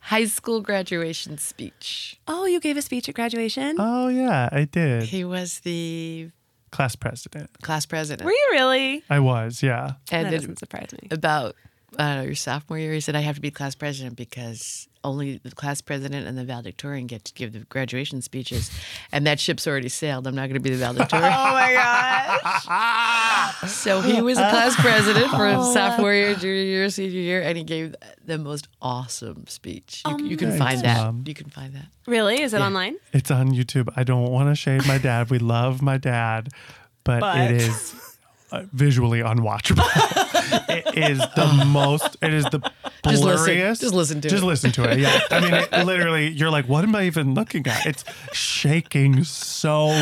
Speaker 5: high school graduation speech.
Speaker 1: oh, you gave a speech at graduation?
Speaker 3: oh yeah, I did.
Speaker 5: He was the
Speaker 3: Class president.
Speaker 5: class president,
Speaker 1: Were you really?
Speaker 3: I was. Yeah.
Speaker 5: and
Speaker 1: That
Speaker 5: it-
Speaker 1: doesn't surprise
Speaker 3: [LAUGHS]
Speaker 1: me.
Speaker 5: about I don't know your sophomore year. He said I have to be class president because only the class president and the valedictorian get to give the graduation speeches, and that ship's already sailed. I'm not going to be
Speaker 1: [LAUGHS]
Speaker 5: the valedictorian.
Speaker 1: Oh my gosh.
Speaker 5: so he was a class president for
Speaker 1: Oh.
Speaker 5: sophomore year, junior year, senior year, and he gave the most awesome speech. You, you can
Speaker 3: my
Speaker 5: find
Speaker 3: gosh.
Speaker 5: that.
Speaker 3: Mom.
Speaker 5: You can find that.
Speaker 1: Really? Is it online?
Speaker 3: It's on YouTube. I don't want to shade my dad. We love my dad, but,
Speaker 1: But-
Speaker 3: it is uh, visually unwatchable. [LAUGHS] it is the most. It is the
Speaker 5: Just listen-
Speaker 3: blurriest.
Speaker 5: just listen to
Speaker 3: Just
Speaker 5: it.
Speaker 3: listen to it. Yeah. I mean,
Speaker 5: [LAUGHS]
Speaker 3: it, literally, you're like, what am I even looking at? It's shaking so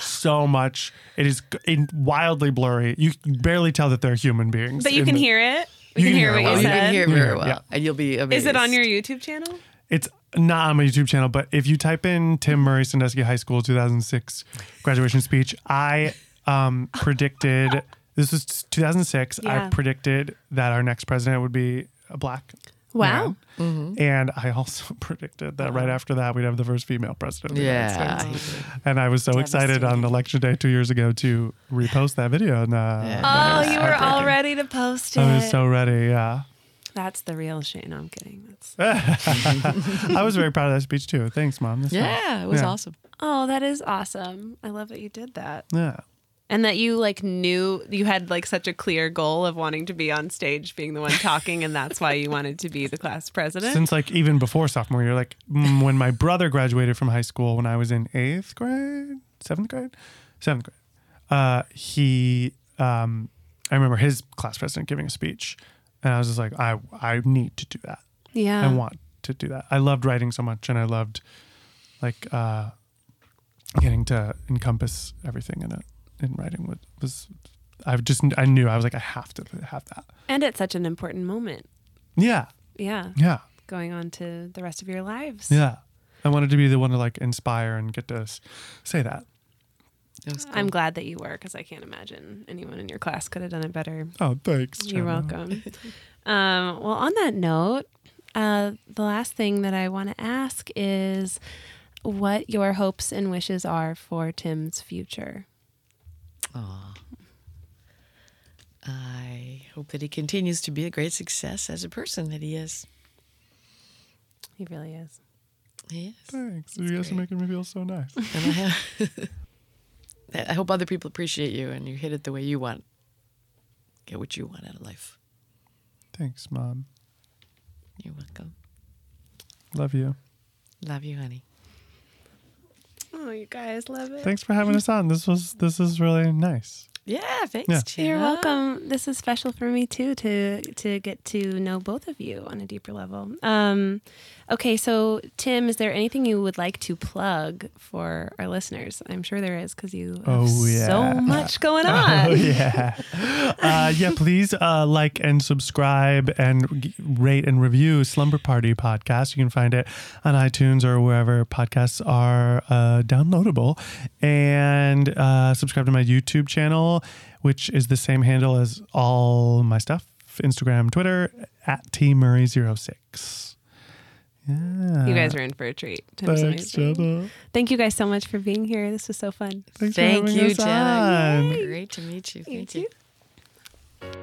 Speaker 3: so much. It is g- in wildly blurry. You can barely tell that they're human beings.
Speaker 1: But you
Speaker 3: in
Speaker 1: can
Speaker 3: the-
Speaker 1: hear it. We
Speaker 3: You
Speaker 1: can
Speaker 3: can
Speaker 1: hear
Speaker 3: hear it
Speaker 1: what
Speaker 3: well.
Speaker 1: you
Speaker 5: Oh, you
Speaker 1: said.
Speaker 5: can hear it very
Speaker 3: Yeah.
Speaker 5: well, and you'll be amazed.
Speaker 1: Is it Oh, on your YouTube channel?
Speaker 3: It's not on my YouTube channel, but if you type in Tim Murray Sandusky High School 2006 graduation speech, I um, predicted this was 2006.
Speaker 1: Yeah.
Speaker 3: I predicted that our next president would be a black.
Speaker 1: Wow.
Speaker 3: man.
Speaker 5: Mm-hmm.
Speaker 3: And I also [LAUGHS] predicted that right after that we'd have the first female president. of the United
Speaker 5: Yeah.
Speaker 3: States. And I was so excited on election day two years ago to repost that video. And uh,
Speaker 5: Yeah.
Speaker 1: Oh,
Speaker 3: that was
Speaker 1: you were all
Speaker 3: heartbreaking.
Speaker 1: ready to post it.
Speaker 3: I was so ready. Yeah.
Speaker 1: That's the real shit. No, I'm kidding. That's
Speaker 3: I was very proud of that speech too. Thanks, mom. That's
Speaker 5: Yeah, it was
Speaker 3: Yeah.
Speaker 5: awesome.
Speaker 1: Oh, that is awesome. I love that you did that.
Speaker 3: fun. Yeah.
Speaker 1: And that you like knew you had like such a clear goal of wanting to be on stage being the one talking and that's why you wanted to be the class president.
Speaker 3: since like even before sophomore year like mm, when my brother graduated from high school when i was in eighth grade seventh grade seventh grade uh, he um, i remember his class president giving a speech and i was just like i i need to do that
Speaker 1: yeah.
Speaker 3: i want to do that i loved writing so much and i loved like uh, getting to encompass everything in it in writing was, was i just i knew i was like i have to have that
Speaker 1: and it's such an important moment.
Speaker 3: yeah
Speaker 1: Yeah.
Speaker 3: yeah
Speaker 1: Going on to the rest of your lives.
Speaker 3: Yeah. I wanted to be the one to like inspire and get to s- say that.
Speaker 5: It was cool.
Speaker 1: I'm glad that you were because I can't imagine anyone in your class could have done it better.
Speaker 3: Oh, thanks.
Speaker 1: You're
Speaker 3: Jenna.
Speaker 1: [LAUGHS] welcome. um, well, on that note, uh, the last thing that I want to ask is what your hopes and wishes are for Tim's future.
Speaker 5: I hope that he continues to be a great success as a person that he is.
Speaker 1: He really is.
Speaker 5: He is.
Speaker 3: Thanks. you guys are
Speaker 5: great.
Speaker 3: making me feel
Speaker 1: [LAUGHS]
Speaker 3: so nice.
Speaker 5: And I, have, I hope other people appreciate you and you hit it the way you want. Get what you want out of life.
Speaker 3: thanks, mom.
Speaker 5: You're welcome.
Speaker 3: Love you.
Speaker 5: Love you, honey.
Speaker 1: Oh, you guys love it.
Speaker 3: Thanks for having us on. This was this is really nice.
Speaker 5: Yeah, thanks,
Speaker 3: Yeah.
Speaker 5: Gina.
Speaker 1: You're welcome. This is special for me too to to get to know both of you on a deeper level. Um, okay, so Tim, is there anything you would like to plug for our listeners? I'm sure there is because you have
Speaker 3: Oh, yeah.
Speaker 1: so much going on.
Speaker 3: [LAUGHS] Oh yeah. Uh, yeah, please uh, like and subscribe and g- rate and review Slumber Party podcast. You can find it on iTunes or wherever podcasts are uh, downloadable. And uh, subscribe to my YouTube channel, which is the same handle as all my stuff Instagram, Twitter, at tmurray06. Yeah.
Speaker 1: You guys are in for a treat. Tim's
Speaker 3: Thanks,
Speaker 1: amazing.
Speaker 3: Jenna.
Speaker 1: Thank you guys so much for being here. This was so fun.
Speaker 3: Thanks for
Speaker 5: Thank
Speaker 3: having
Speaker 5: you,
Speaker 3: us
Speaker 5: Jenna.
Speaker 3: on.
Speaker 5: Great to meet you. Thank you.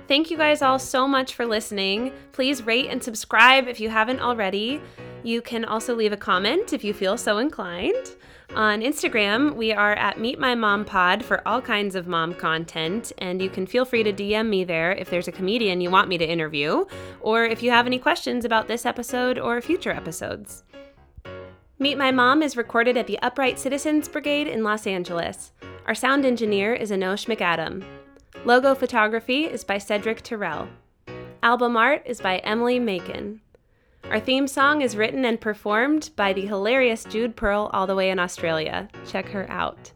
Speaker 1: Thank you guys all so much for listening. Please rate and subscribe if you haven't already. You can also leave a comment if you feel so inclined. On Instagram, we are at Meet My Mom Pod for all kinds of mom content, and you can feel free to DM me there if there's a comedian you want me to interview, or if you have any questions about this episode or future episodes. Meet My Mom is recorded at the Upright Citizens Brigade in Los Angeles. Our sound engineer is Anosh McAdam. Logo photography is by Cedric Terrell. Album art is by Emily Macon. Our theme song is written and performed by the hilarious Jude Pearl, all the way in Australia. Check her out.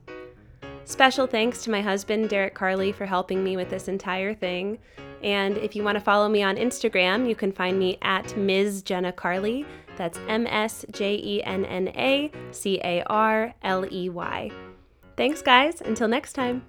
Speaker 1: Special thanks to my husband, Derek Carley, for helping me with this entire thing. And if you want to follow me on Instagram, you can find me at Ms. Jenna Carley. That's M S J E N N A C A R L E Y. Thanks, guys. Until next time.